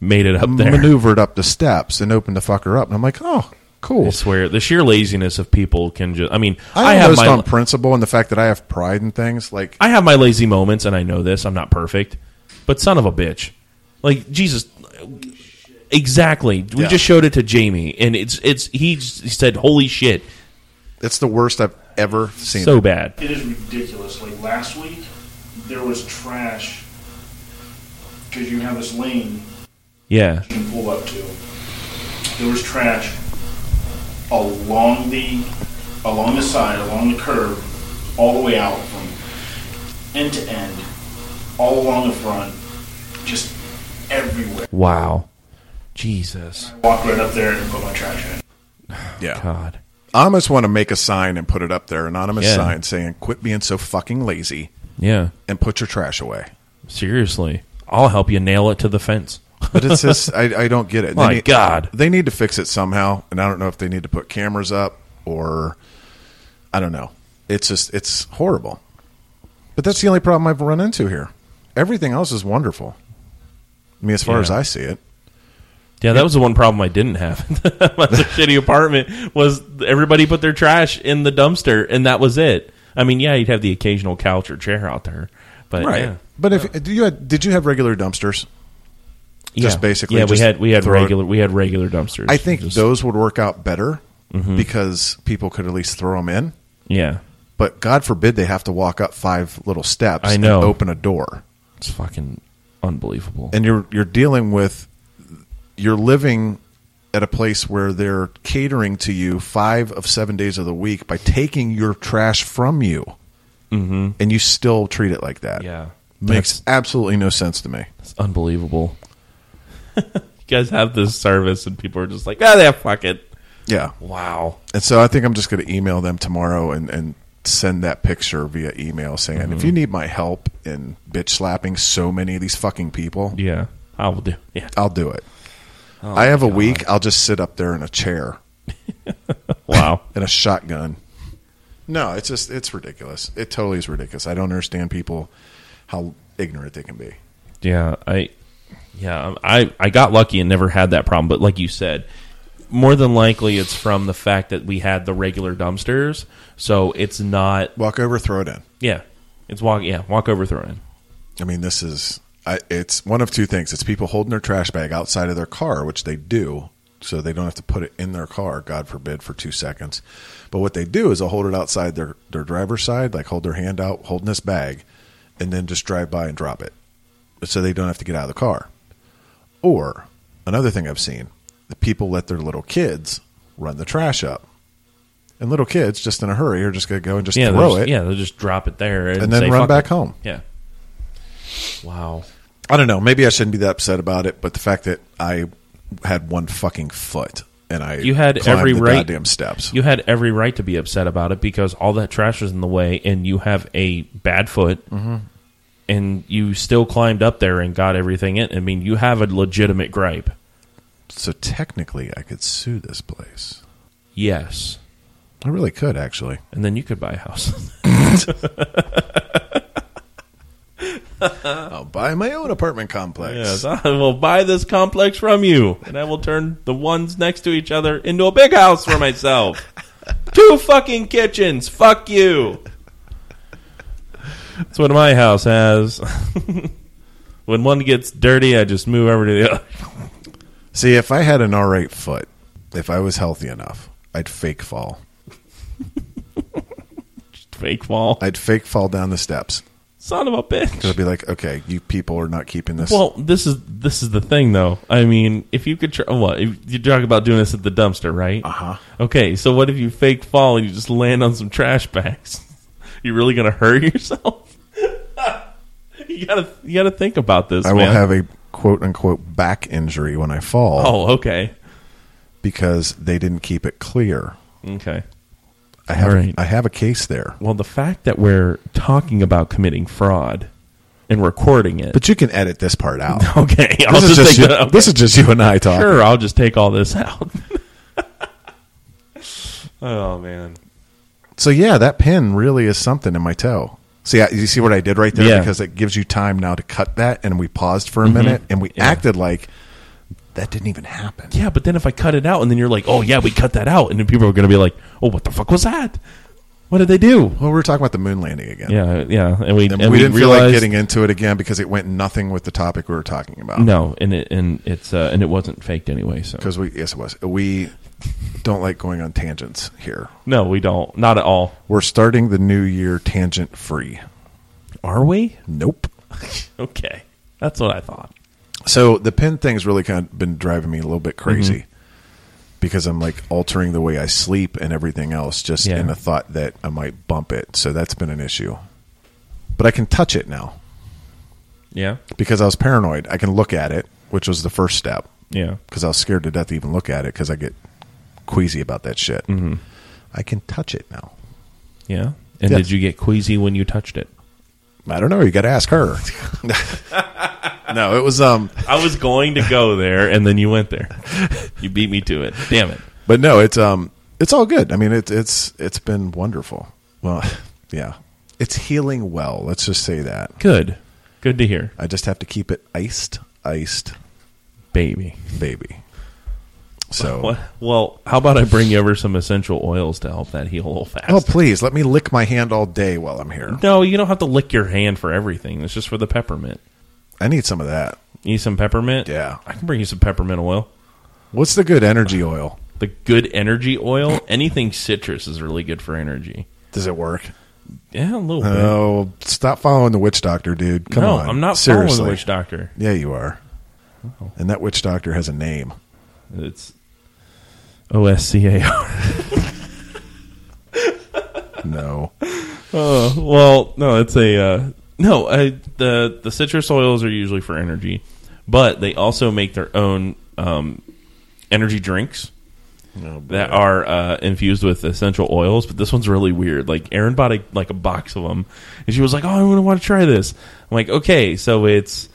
Speaker 1: Made it up there.
Speaker 2: maneuvered up the steps and opened the fucker up. And I'm like, oh,
Speaker 1: I
Speaker 2: cool.
Speaker 1: swear, the sheer laziness of people can just. I mean, I,
Speaker 2: I,
Speaker 1: have
Speaker 2: have
Speaker 1: my
Speaker 2: on principle and the fact that I have pride in things. Like,
Speaker 1: I have my lazy moments, and I know this. I'm not perfect, but son of a bitch, like Jesus. Exactly. We
Speaker 2: Yeah.
Speaker 1: just showed it to Jamie, and it's it's he, just- he said, "Holy shit,
Speaker 2: it's the worst I've ever seen.
Speaker 1: so bad."
Speaker 3: It is ridiculous. Like last week, there was trash because you have this lane
Speaker 1: Yeah,
Speaker 3: you can pull up to. There was trash along the along the side, along the curb, all the way out from end to end, all along the front, just everywhere.
Speaker 1: wow, Jesus,
Speaker 3: I walked right up there and put my trash in.
Speaker 2: yeah.
Speaker 1: God,
Speaker 2: I almost want to make a sign and put it up there, anonymous
Speaker 1: Yeah.
Speaker 2: sign saying, quit being so fucking lazy
Speaker 1: yeah,
Speaker 2: and put your trash away.
Speaker 1: seriously, I'll help you nail it to the fence.
Speaker 2: But it's just I, I don't get it.
Speaker 1: My
Speaker 2: need,
Speaker 1: God.
Speaker 2: they need to fix it somehow, and I don't know if they need to put cameras up or I don't know. It's just it's horrible. But that's the only problem I've run into here. Everything else is wonderful. I mean, as far
Speaker 1: Yeah.
Speaker 2: as I see it,
Speaker 1: Yeah, that was the one problem I didn't have. [laughs] My shitty apartment was everybody put their trash in the dumpster, and that was it. I mean, yeah, you'd have the occasional couch or chair out there, but
Speaker 2: right?
Speaker 1: yeah,
Speaker 2: But if do you had, did you have regular dumpsters? Just
Speaker 1: Yeah.
Speaker 2: basically
Speaker 1: yeah, we
Speaker 2: just
Speaker 1: had we had
Speaker 2: throw it-
Speaker 1: regular we had regular dumpsters.
Speaker 2: I think
Speaker 1: Just- Mm-hmm.
Speaker 2: those would work out better because people could at least throw them in.
Speaker 1: yeah,
Speaker 2: But God forbid they have to walk up five little steps.
Speaker 1: I know.
Speaker 2: And open a door,
Speaker 1: it's fucking unbelievable.
Speaker 2: and you're you're dealing with you're living at a place where they're catering to you five of seven days of the week by taking your trash from you, mm-hmm. and you still treat it like that.
Speaker 1: yeah,
Speaker 2: makes absolutely no sense to me.
Speaker 1: It's unbelievable. [laughs] you guys have this service, and people are just like, ah, yeah, fuck it.
Speaker 2: Yeah,
Speaker 1: Wow.
Speaker 2: And so I think I'm just going to email them tomorrow and, and send that picture via email saying, if
Speaker 1: Mm-hmm.
Speaker 2: you need my help in bitch slapping so many of these fucking people,
Speaker 1: Yeah, Oh I will do. Yeah.
Speaker 2: I'll do it. I have a week. I'll just sit up there in a chair
Speaker 1: Wow.
Speaker 2: and a shotgun. No, it's just, it's ridiculous. It totally is ridiculous. I don't understand people how ignorant they can be.
Speaker 1: Yeah, I yeah, um, I I got lucky and never had that problem, but like you said, more than likely it's from the fact that we had the regular dumpsters, so it's not
Speaker 2: Walk over, throw it in.
Speaker 1: yeah. It's walk yeah, walk over throw in.
Speaker 2: I mean, this is I, it's one of two things. It's people holding their trash bag outside of their car, which they do, so they don't have to put it in their car. God forbid for two seconds. But what they do is they'll hold it outside their their driver's side, like hold their hand out, holding this bag, and then just drive by and drop it, so they don't have to get out of the car. Or another thing I've seen, the people let their little kids run the trash up, and little kids just in a hurry are just gonna go and just
Speaker 1: Yeah, they'll
Speaker 2: throw
Speaker 1: just-
Speaker 2: it
Speaker 1: Yeah, they'll just drop it there and,
Speaker 2: and then
Speaker 1: say,
Speaker 2: run
Speaker 1: "Fuck
Speaker 2: back
Speaker 1: it."
Speaker 2: home.
Speaker 1: Yeah. Wow.
Speaker 2: I don't know. Maybe I shouldn't be that upset about it, but the fact that I had one fucking foot and I
Speaker 1: You had
Speaker 2: climbed
Speaker 1: every
Speaker 2: the
Speaker 1: right-
Speaker 2: goddamn steps.
Speaker 1: You had every right to be upset about it because all that trash was in the way and you have a bad foot.
Speaker 2: Mm-hmm.
Speaker 1: And you still climbed up there and got everything in. I mean, you have a legitimate gripe.
Speaker 2: so technically, I could sue this place.
Speaker 1: Yes.
Speaker 2: I really could actually.
Speaker 1: and then you could buy a house. [laughs]
Speaker 2: I'll buy my own apartment complex.
Speaker 1: yes, I will buy this complex from you, and I will turn the ones next to each other into a big house for myself. Two fucking kitchens. Fuck you. That's what my house has. [laughs] when one gets dirty, I just move over to the other. [laughs]
Speaker 2: See, if I had an all right foot, if I was healthy enough, I'd fake fall.
Speaker 1: Fake fall.
Speaker 2: I'd fake fall down the steps.
Speaker 1: Son of a bitch.
Speaker 2: 'Cause I'd be like, okay, you people are not keeping this.
Speaker 1: Well, this is this is the thing, though. I mean, if you could, try, what if you talk about doing this at the dumpster, right? Uh
Speaker 2: Uh-huh.
Speaker 1: Okay, so what if you fake fall and you just land on some trash bags? [laughs] you really gonna hurt yourself? [laughs] you gotta you gotta think about this.
Speaker 2: I will
Speaker 1: man.
Speaker 2: have a quote unquote back injury when I fall
Speaker 1: Oh, okay,
Speaker 2: because they didn't keep it clear.
Speaker 1: okay.
Speaker 2: I have
Speaker 1: All right.
Speaker 2: I have a case there.
Speaker 1: Well, the fact that we're talking about committing fraud and recording it,
Speaker 2: But you can edit [laughs] this part
Speaker 1: [laughs]
Speaker 2: out.
Speaker 1: okay, I'll just,
Speaker 2: this, is just
Speaker 1: take
Speaker 2: you,
Speaker 1: that. okay.
Speaker 2: this is just you and I talking.
Speaker 1: Sure, I'll just take all this out. [laughs] oh man.
Speaker 2: So yeah, that pin really is something in my toe. See, I, you see what I did right there
Speaker 1: Yeah. Mm-hmm.
Speaker 2: because it gives you time now to cut that, and we paused for a minute, and we acted like that didn't even happen.
Speaker 1: Yeah, but then if I cut it out and then you're like, oh, yeah, we cut that out. And then people are going to be like, oh, what the fuck was that? What did they do?
Speaker 2: Well, we were talking about the moon landing again.
Speaker 1: Yeah, yeah. And we,
Speaker 2: And,
Speaker 1: and
Speaker 2: we, didn't feel like
Speaker 1: realized-
Speaker 2: getting into it again because it went nothing with the topic we were talking about.
Speaker 1: No, and it, and, it's, uh, and it wasn't faked anyway. So
Speaker 2: Because we yes, it was. We don't like going on tangents here.
Speaker 1: No, we don't. Not at all.
Speaker 2: We're starting the new year tangent free.
Speaker 1: Are we?
Speaker 2: Nope.
Speaker 1: Okay. That's what I thought.
Speaker 2: So the pin thing's really kind of been driving me a little bit crazy because I'm like altering the way I sleep and everything else just
Speaker 1: Yeah.
Speaker 2: in the thought that I might bump it. So that's been an issue. But I can touch it now
Speaker 1: Yeah.
Speaker 2: because I was paranoid. I can look at it, which was the first step
Speaker 1: Yeah.
Speaker 2: because I was scared to death to even look at it because I get queasy about that shit. I can touch it now.
Speaker 1: Yeah. And
Speaker 2: Yeah.
Speaker 1: did you get queasy when you touched it?
Speaker 2: I don't know. You got to ask her. no, it was um,
Speaker 1: I was going to go there, and then you went there. You beat me to it. Damn it.
Speaker 2: But no, it's um it's all good. I mean, it, it's it's been wonderful. Well, [laughs] yeah, it's healing well. Let's just say that.
Speaker 1: Good. Good to hear,
Speaker 2: I just have to keep it iced, iced,
Speaker 1: baby.
Speaker 2: baby.
Speaker 1: [laughs]
Speaker 2: So,
Speaker 1: What? Well, how about I bring you over some essential oils to help that heal a little fast?
Speaker 2: oh please let me lick my hand all day while I'm here.
Speaker 1: No, you don't have to lick your hand for everything. It's just for the peppermint.
Speaker 2: I need some of that.
Speaker 1: You need some peppermint?
Speaker 2: Yeah.
Speaker 1: I can bring you some peppermint oil.
Speaker 2: What's the good energy oil?
Speaker 1: The good energy oil. Anything citrus is really good for energy.
Speaker 2: Does it work?
Speaker 1: Yeah, a little bit.
Speaker 2: Oh, stop following the witch doctor, dude. Come
Speaker 1: no,
Speaker 2: on.
Speaker 1: I'm not
Speaker 2: Seriously.
Speaker 1: following the witch doctor.
Speaker 2: Yeah, you are. And that witch doctor has a name.
Speaker 1: It's O S C A R.
Speaker 2: No.
Speaker 1: Oh well, no, it's a uh, no. I, the the citrus oils are usually for energy, but they also make their own um, energy drinks [laughs] that are uh, infused with essential oils. But this one's really weird. Like Erin bought a, like a box of them, and she was like, "Oh, I want to try this." I'm like, "Okay, so it's."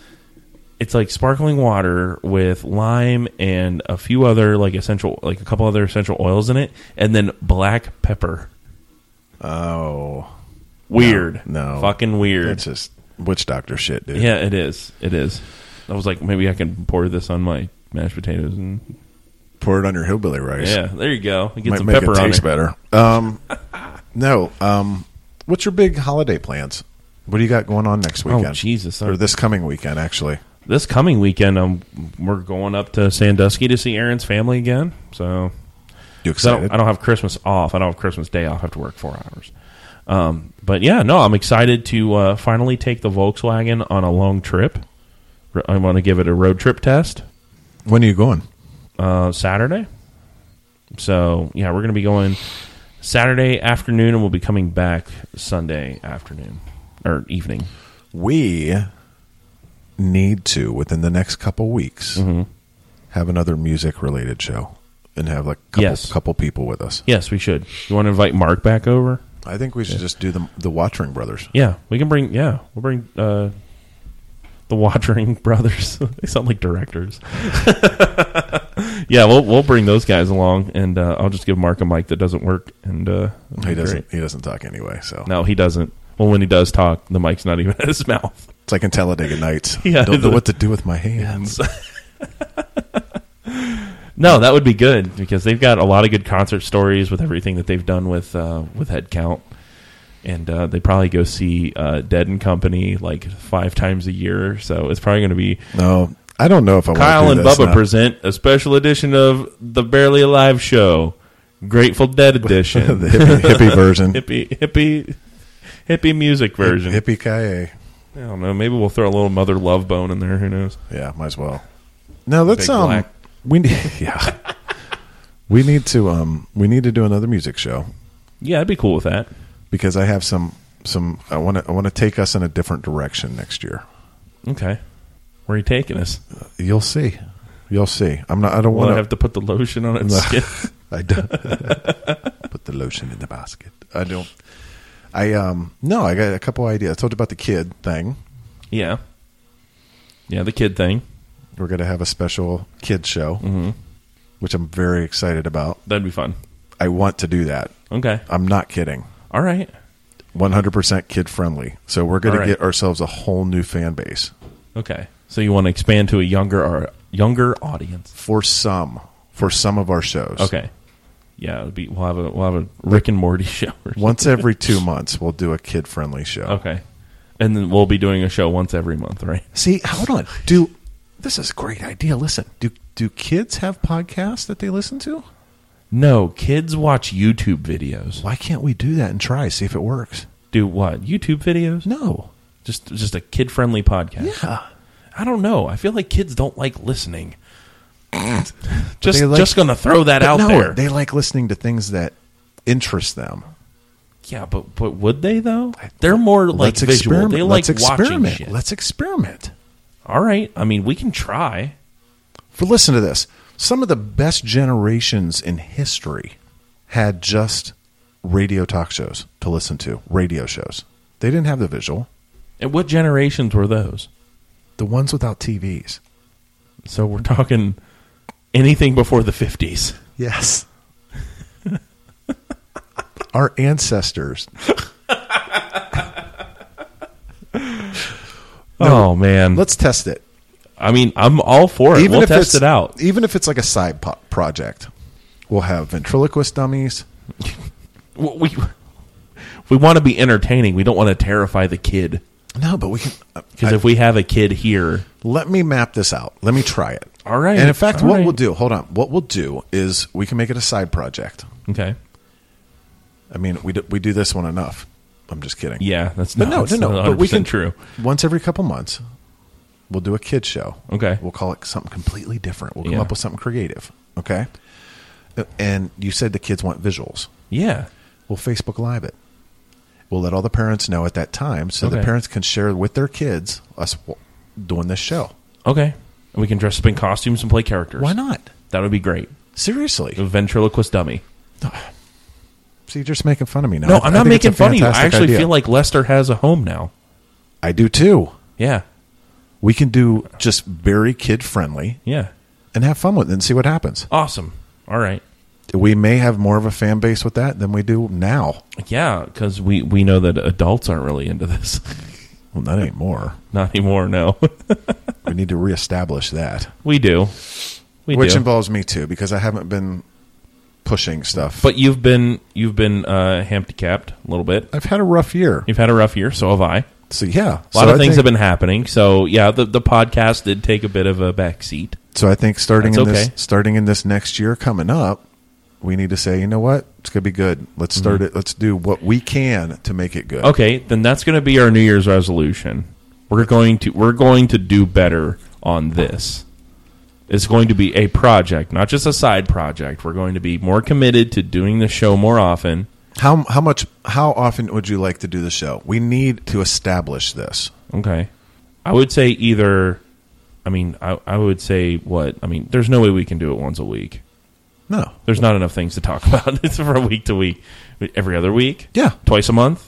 Speaker 1: It's like sparkling water with lime and a few other like essential, like a couple other essential oils in it, and then black pepper.
Speaker 2: Oh.
Speaker 1: Weird.
Speaker 2: No, no.
Speaker 1: Fucking weird.
Speaker 2: It's just witch doctor shit, dude.
Speaker 1: yeah, it is. It is. I was like, maybe I can pour this on my mashed potatoes and
Speaker 2: Pour it on your hillbilly rice.
Speaker 1: yeah, there you go. Get
Speaker 2: Might
Speaker 1: some
Speaker 2: make
Speaker 1: pepper
Speaker 2: it
Speaker 1: on
Speaker 2: taste
Speaker 1: it.
Speaker 2: better. Um, no. Um, what's your big holiday plans? What do you got going on next
Speaker 1: Oh,
Speaker 2: weekend?
Speaker 1: Jesus.
Speaker 2: Or this coming weekend, actually.
Speaker 1: This coming weekend, um, we're going up to Sandusky to see Aaron's family again. So
Speaker 2: You
Speaker 1: 'cause I
Speaker 2: excited?
Speaker 1: don't, I don't have Christmas off. I don't have Christmas day off. I have to work four hours. Um, but yeah, no, I'm excited to uh, finally take the Volkswagen on a long trip. R- I want to give it a road trip test.
Speaker 2: when are you going?
Speaker 1: uh, Saturday. So yeah, we're going to be going Saturday afternoon, and we'll be coming back Sunday afternoon or evening.
Speaker 2: We need to, within the next couple weeks,
Speaker 1: Mm-hmm.
Speaker 2: have another music related show and have like a couple,
Speaker 1: Yes.
Speaker 2: couple people with us.
Speaker 1: Yes, we should. You want to invite Mark back over?
Speaker 2: I think we should just do the, the Watchering Brothers.
Speaker 1: Yeah, we can bring. Yeah, we'll bring uh, the Watering [laughs] Brothers. they sound like directors. [laughs] yeah, we'll we'll bring those guys along, and uh, I'll just give Mark a mic that doesn't work, and uh, it'll
Speaker 2: He
Speaker 1: be
Speaker 2: doesn't.
Speaker 1: great.
Speaker 2: He doesn't talk anyway. So
Speaker 1: No, he doesn't. Well, when he does talk, the mic's not even [laughs] at his mouth.
Speaker 2: it's like in Talladega Nights.
Speaker 1: [laughs] Yeah,
Speaker 2: don't know
Speaker 1: the-
Speaker 2: what to do with my hands.
Speaker 1: Um,
Speaker 2: [laughs]
Speaker 1: No, that would be good because they've got a lot of good concert stories with everything that they've done with uh, with Headcount, and uh, they probably go see uh, Dead and Company like five times a year. So it's probably going to be
Speaker 2: No, I don't know if I
Speaker 1: Kyle
Speaker 2: want
Speaker 1: and
Speaker 2: to do this
Speaker 1: Bubba
Speaker 2: now. [laughs]
Speaker 1: present a special edition of the Barely Alive Show, Grateful
Speaker 2: [laughs]
Speaker 1: Dead edition,
Speaker 2: the hippie, hippie version,
Speaker 1: hippie hippie hippie music version.
Speaker 2: hippie kaye.
Speaker 1: I don't know. Maybe we'll throw a little Mother Love Bone in there. Who knows?
Speaker 2: Yeah, might as well. No, let's
Speaker 1: Big
Speaker 2: um,
Speaker 1: black.
Speaker 2: we need [laughs] yeah, we need to um, we need to do another music show
Speaker 1: Yeah, I'd be cool with that.
Speaker 2: because I have some some I want to I want to take us in a different direction next year.
Speaker 1: Okay, where are you taking us?
Speaker 2: You'll see, you'll see. I'm not. I don't
Speaker 1: Will I
Speaker 2: want
Speaker 1: have to put the lotion on its
Speaker 2: No.
Speaker 1: skin? [laughs]
Speaker 2: I don't [laughs] put the lotion in the basket. I don't. I um no. I got a couple ideas. I told you about the kid thing.
Speaker 1: Yeah. Yeah, the kid thing.
Speaker 2: We're gonna have a special kid show,
Speaker 1: Mm-hmm.
Speaker 2: which I'm very excited about.
Speaker 1: That'd be fun.
Speaker 2: I want to do that.
Speaker 1: Okay.
Speaker 2: I'm not kidding.
Speaker 1: All right.
Speaker 2: 100% kid friendly. So we're going
Speaker 1: All right.
Speaker 2: to get ourselves a whole new fan base
Speaker 1: Okay. So you want to expand to a younger or younger audience?
Speaker 2: for some for some of our shows.
Speaker 1: Okay. Yeah, it'll be, we'll have a we'll have a Rick and Morty [laughs] show. Or something.
Speaker 2: Once every 2 months we'll do a kid friendly show.
Speaker 1: [laughs] Okay. And then we'll be doing a show once every month, right?
Speaker 2: See, hold on. Do This is a great idea. Listen. Do do kids have podcasts that they listen to?
Speaker 1: No, kids watch YouTube videos.
Speaker 2: Why can't we do that and try see if it works?
Speaker 1: Do what? YouTube videos?
Speaker 2: No.
Speaker 1: Just just a kid friendly podcast.
Speaker 2: Yeah.
Speaker 1: I don't know. I feel like kids don't like
Speaker 2: [laughs]
Speaker 1: listening. just
Speaker 2: they like-
Speaker 1: just gonna throw that
Speaker 2: But
Speaker 1: out
Speaker 2: no,
Speaker 1: there.
Speaker 2: They like listening to things that interest them.
Speaker 1: Yeah, but but would they though? They're more like
Speaker 2: Let's
Speaker 1: visual.
Speaker 2: experiment.
Speaker 1: They like
Speaker 2: Let's
Speaker 1: watching
Speaker 2: experiment.
Speaker 1: shit.
Speaker 2: Let's experiment.
Speaker 1: All right, I mean we can try.
Speaker 2: For listen to this. Some of the best generations in history had just radio talk shows to listen to, radio shows. They didn't have the visual.
Speaker 1: And what generations were those?
Speaker 2: The ones without TVs. [laughs]
Speaker 1: So we're talking anything before the fifties.
Speaker 2: Yes. our ancestors.
Speaker 1: oh man,
Speaker 2: Let's test it.
Speaker 1: I mean, I'm all for it. we'll test
Speaker 2: it's,
Speaker 1: it out.
Speaker 2: Even if it's like a side po- project, we'll have ventriloquist dummies.
Speaker 1: We we, we want to be entertaining. We don't want to terrify the kid
Speaker 2: No, but we can. uh,
Speaker 1: because if we have a kid here,
Speaker 2: Let me map this out. Let me try it.
Speaker 1: All right.
Speaker 2: And in fact,
Speaker 1: All
Speaker 2: what
Speaker 1: right.
Speaker 2: we'll do, hold on, what we'll do is we can make it a side project.
Speaker 1: okay,
Speaker 2: I mean, we do, we do this one enough. I'm just kidding.
Speaker 1: yeah, that's
Speaker 2: But no,
Speaker 1: not,
Speaker 2: no, no.
Speaker 1: That's
Speaker 2: But we can
Speaker 1: true.
Speaker 2: once every couple months. We'll do a kid show.
Speaker 1: Okay.
Speaker 2: We'll call it something completely different. We'll come
Speaker 1: Yeah.
Speaker 2: up with something creative. Okay. Uh, And you said the kids want visuals.
Speaker 1: Yeah,
Speaker 2: We'll Facebook Live it. We'll let all the parents know at that time, so the
Speaker 1: Okay.
Speaker 2: parents can share with their kids us w- doing this show.
Speaker 1: okay. And we can dress up in costumes and play characters.
Speaker 2: Why not?
Speaker 1: That would be great.
Speaker 2: Seriously.
Speaker 1: A ventriloquist dummy.
Speaker 2: See, you're just making fun of me now.
Speaker 1: No,
Speaker 2: I- I
Speaker 1: I'm not
Speaker 2: think it's a
Speaker 1: making fun of you. I
Speaker 2: fantastic
Speaker 1: actually
Speaker 2: idea.
Speaker 1: feel like Lester has a home now.
Speaker 2: I do too.
Speaker 1: Yeah,
Speaker 2: We can do just very kid friendly
Speaker 1: yeah,
Speaker 2: and have fun with it and see what happens.
Speaker 1: awesome. All right.
Speaker 2: We may have more of a fan base with that than we do now.
Speaker 1: Yeah, because we, we know that adults aren't really into this. [laughs]
Speaker 2: Well, that ain't more.
Speaker 1: Not anymore, no. [laughs]
Speaker 2: We need to reestablish that,
Speaker 1: we do. We
Speaker 2: which
Speaker 1: do.
Speaker 2: involves me too, because I haven't been pushing stuff.
Speaker 1: but you've been you've been uh, handicapped a little bit.
Speaker 2: I've had a rough year.
Speaker 1: You've had a rough year, so have I.
Speaker 2: So yeah,
Speaker 1: A lot
Speaker 2: so
Speaker 1: of
Speaker 2: I
Speaker 1: things
Speaker 2: think,
Speaker 1: have been happening. So yeah, the the podcast did take a bit of a backseat.
Speaker 2: So I think starting in
Speaker 1: That's
Speaker 2: this
Speaker 1: okay.
Speaker 2: starting in this next year coming up, we need to say, you know what, it's gonna be good. Let's start
Speaker 1: Mm-hmm.
Speaker 2: it. Let's do what we can to make it good.
Speaker 1: Okay, then that's going to be our New Year's resolution. We're going to we're going to do better on this. It's going to be a project, not just a side project. We're going to be more committed to doing the show more often.
Speaker 2: How how much how often would you like to do the show? We need to establish this.
Speaker 1: Okay. I would say either I mean, I, I would say what? I mean, there's no way we can do it once a week.
Speaker 2: No.
Speaker 1: There's not enough things to talk [laughs] about It's from week to week. Every other week?
Speaker 2: Yeah.
Speaker 1: Twice a month?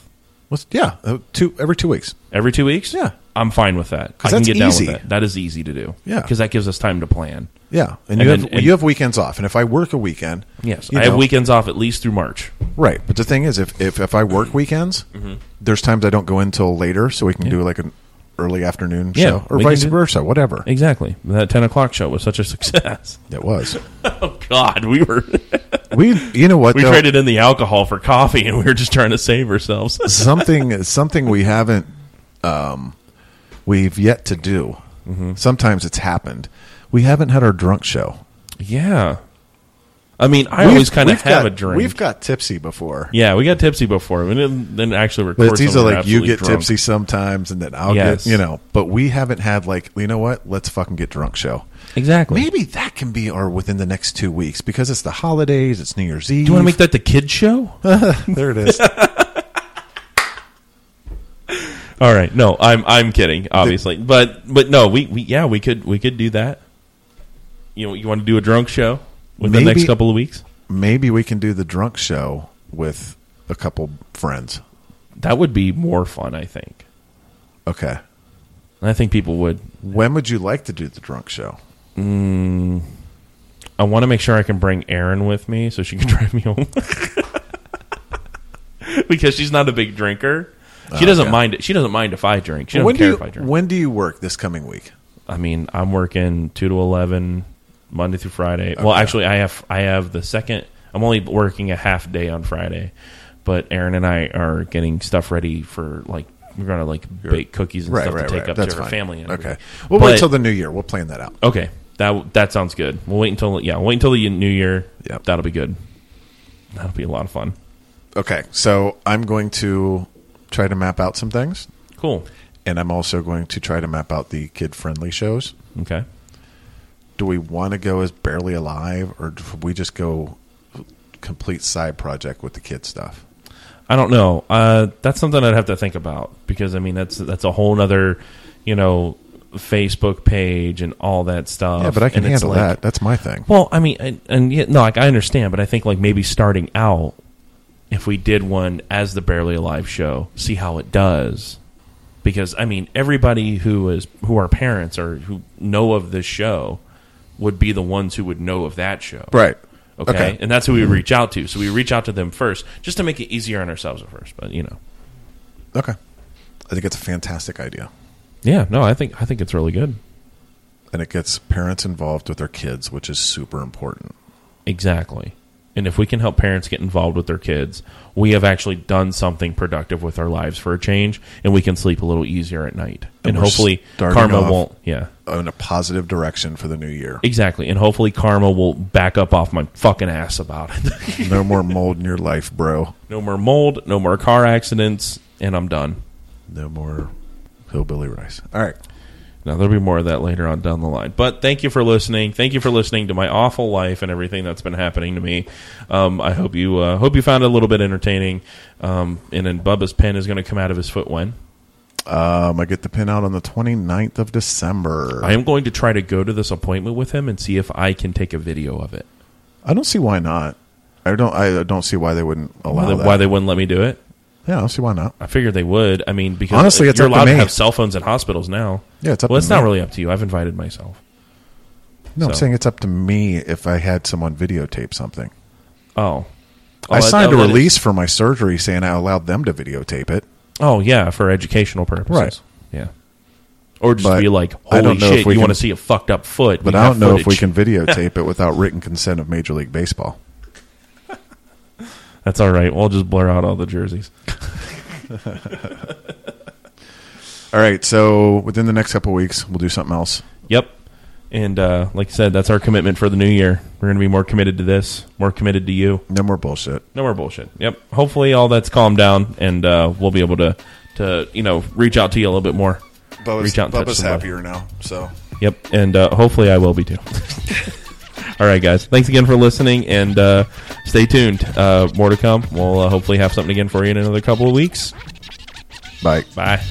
Speaker 2: Let's, yeah. uh, Two every two weeks.
Speaker 1: Every two weeks?
Speaker 2: Yeah.
Speaker 1: I'm fine with that. I can
Speaker 2: that's
Speaker 1: get down
Speaker 2: easy.
Speaker 1: with that. That is easy to do.
Speaker 2: Yeah.
Speaker 1: Because that gives us time to plan.
Speaker 2: Yeah.
Speaker 1: And
Speaker 2: And, you
Speaker 1: then-
Speaker 2: have
Speaker 1: and-
Speaker 2: you have weekends off. And if I work a weekend,
Speaker 1: Yes.
Speaker 2: you
Speaker 1: I have
Speaker 2: know-
Speaker 1: weekends off at least through March.
Speaker 2: Right. But the thing is, if if, if I work weekends,
Speaker 1: Mm-hmm.
Speaker 2: there's times I don't go in till later, so we can do like an early afternoon
Speaker 1: Yeah,
Speaker 2: show or
Speaker 1: we can
Speaker 2: vice
Speaker 1: do-
Speaker 2: versa, whatever
Speaker 1: Exactly. That 10 o'clock show was such a success.
Speaker 2: it was.
Speaker 1: [laughs] oh, God. We were. [laughs]
Speaker 2: We you know what
Speaker 1: we
Speaker 2: though?
Speaker 1: traded in the alcohol for coffee and we were just trying to save ourselves. [laughs]
Speaker 2: something something we haven't um, we've yet to do. Sometimes it's happened. We haven't had our drunk show.
Speaker 1: yeah. I mean, I
Speaker 2: We've-
Speaker 1: always kind of
Speaker 2: we've
Speaker 1: have
Speaker 2: got-
Speaker 1: a drink.
Speaker 2: We've got tipsy before.
Speaker 1: Yeah, we got tipsy before. We didn't, didn't actually
Speaker 2: But
Speaker 1: record.
Speaker 2: it's easy
Speaker 1: till we were
Speaker 2: like you
Speaker 1: absolutely
Speaker 2: get
Speaker 1: drunk.
Speaker 2: tipsy sometimes, and then I'll
Speaker 1: Yes.
Speaker 2: get you know. But we haven't had like you know what? Let's fucking get drunk show.
Speaker 1: Exactly.
Speaker 2: Maybe that can be our within the next two weeks because it's the holidays. It's New Year's Eve.
Speaker 1: Do you want to make that the kid show?
Speaker 2: [laughs] there it is.
Speaker 1: All right. No, I'm I'm kidding, obviously. but but no, we, we yeah we could we could do that. You know, you want to do a drunk show within the
Speaker 2: Maybe-
Speaker 1: next couple of weeks?
Speaker 2: Maybe we can do the drunk show with a couple friends.
Speaker 1: That would be more fun, I think.
Speaker 2: Okay.
Speaker 1: And I think people would.
Speaker 2: When would you like to do the drunk show?
Speaker 1: I want to make sure I can bring Erin with me so she can [laughs] drive me home because she's not a big drinker. She doesn't
Speaker 2: Oh, okay.
Speaker 1: mind it. She doesn't mind if I drink. She doesn't
Speaker 2: when
Speaker 1: care
Speaker 2: do
Speaker 1: if I
Speaker 2: you,
Speaker 1: drink.
Speaker 2: when do you work this coming week?
Speaker 1: I mean, I'm working two to eleven Monday through Friday. Well,
Speaker 2: Okay.
Speaker 1: actually, I have I have the second. I'm only working a half day on Friday, but Aaron and I are getting stuff ready for like we're gonna like bake cookies and stuff to take up
Speaker 2: That's
Speaker 1: to our
Speaker 2: fine.
Speaker 1: family. And
Speaker 2: okay.
Speaker 1: everything.
Speaker 2: We'll
Speaker 1: But-
Speaker 2: wait till the new year. We'll plan that out.
Speaker 1: okay. That that sounds good. We'll wait until yeah, we'll wait until the new year.
Speaker 2: Yep.
Speaker 1: that'll be good. That'll be a lot of fun.
Speaker 2: Okay. So I'm going to try to map out some things,
Speaker 1: Cool.
Speaker 2: and I'm also going to try to map out the kid friendly shows.
Speaker 1: Okay.
Speaker 2: Do we want to go as barely alive, or do we just go complete side project with the kid stuff?
Speaker 1: I don't know. Uh, that's something I'd have to think about because I mean that's that's a whole other, you know, Facebook page and all that stuff.
Speaker 2: Yeah, but I can
Speaker 1: And it's
Speaker 2: handle
Speaker 1: like-
Speaker 2: that. That's my thing.
Speaker 1: Well, I mean, and, and yeah, no, like I understand, but I think like maybe starting out, if we did one as the Barely Alive show, see how it does, because I mean, everybody who is who are parents or who know of this show would be the ones who would know of that show,
Speaker 2: Right.
Speaker 1: Okay? Mm-hmm.
Speaker 2: Okay.
Speaker 1: And that's who we reach out to. So we reach out to them first just to make it easier on ourselves at first. But, you know.
Speaker 2: Okay. I think it's a fantastic idea.
Speaker 1: Yeah, no, I think I think it's really good.
Speaker 2: And it gets parents involved with their kids, which is super important.
Speaker 1: Exactly. And if we can help parents get involved with their kids, we have actually done something productive with our lives for a change, and we can sleep a little easier at night. And,
Speaker 2: And we're
Speaker 1: hopefully,
Speaker 2: starting
Speaker 1: karma
Speaker 2: off-
Speaker 1: won't. Yeah,
Speaker 2: In a positive direction for the new year.
Speaker 1: exactly. And hopefully, karma will back up off my fucking ass about it. [laughs]
Speaker 2: No more mold in your life, bro.
Speaker 1: no more mold, no more car accidents, and I'm done.
Speaker 2: No more hillbilly rice. All right.
Speaker 1: Now there'll be more of that later on down the line. But thank you for listening. Thank you for listening to my awful life and everything that's been happening to me. Um, I hope you uh, hope you found it a little bit entertaining. Um, and then Bubba's pen is going to come out of his foot when
Speaker 2: Um, I get the pin out on the 29th of December.
Speaker 1: I am going to try to go to this appointment with him and see if I can take a video of it.
Speaker 2: I don't see why not. I don't. I don't see why they wouldn't allow
Speaker 1: Why,
Speaker 2: that.
Speaker 1: why they wouldn't let me do it?
Speaker 2: yeah, I don't see why not.
Speaker 1: I figured they would. I mean, because
Speaker 2: Honestly, it's
Speaker 1: you're
Speaker 2: up to
Speaker 1: allowed to,
Speaker 2: me.
Speaker 1: have cell phones at hospitals now.
Speaker 2: Yeah, it's up
Speaker 1: Well,
Speaker 2: to
Speaker 1: it's not
Speaker 2: me.
Speaker 1: really up to you. I've invited myself.
Speaker 2: No, I'm
Speaker 1: So-
Speaker 2: saying it's up to me if I had someone videotape something.
Speaker 1: Oh, Oh,
Speaker 2: I signed
Speaker 1: oh,
Speaker 2: a
Speaker 1: that is-
Speaker 2: release for my surgery saying I allowed them to videotape it.
Speaker 1: Oh yeah, for educational purposes.
Speaker 2: Right.
Speaker 1: Yeah. Or just
Speaker 2: But
Speaker 1: be like, holy
Speaker 2: I don't know
Speaker 1: shit,
Speaker 2: if we
Speaker 1: you
Speaker 2: can-
Speaker 1: want to see a fucked up foot.
Speaker 2: But
Speaker 1: We
Speaker 2: I
Speaker 1: have
Speaker 2: don't know if we
Speaker 1: footage. [laughs]
Speaker 2: can videotape it without written consent of Major League Baseball.
Speaker 1: That's all right. We'll just blur out all the jerseys.
Speaker 2: All right, so within the next couple weeks, we'll do something else.
Speaker 1: Yep. And uh, like I said, that's our commitment for the new year. We're going to be more committed to this, more committed to you.
Speaker 2: No more bullshit.
Speaker 1: No more bullshit. Yep. Hopefully all that's calmed down and uh, we'll be able to, to, you know, reach out to you a little bit more. reach out and touch somebody.
Speaker 2: now, so
Speaker 1: Yep. And uh, hopefully I will be too. [laughs] all right, guys. Thanks again for listening and uh, stay tuned. Uh, more to come. We'll uh, hopefully have something again for you in another couple of weeks.
Speaker 2: bye.
Speaker 1: Bye.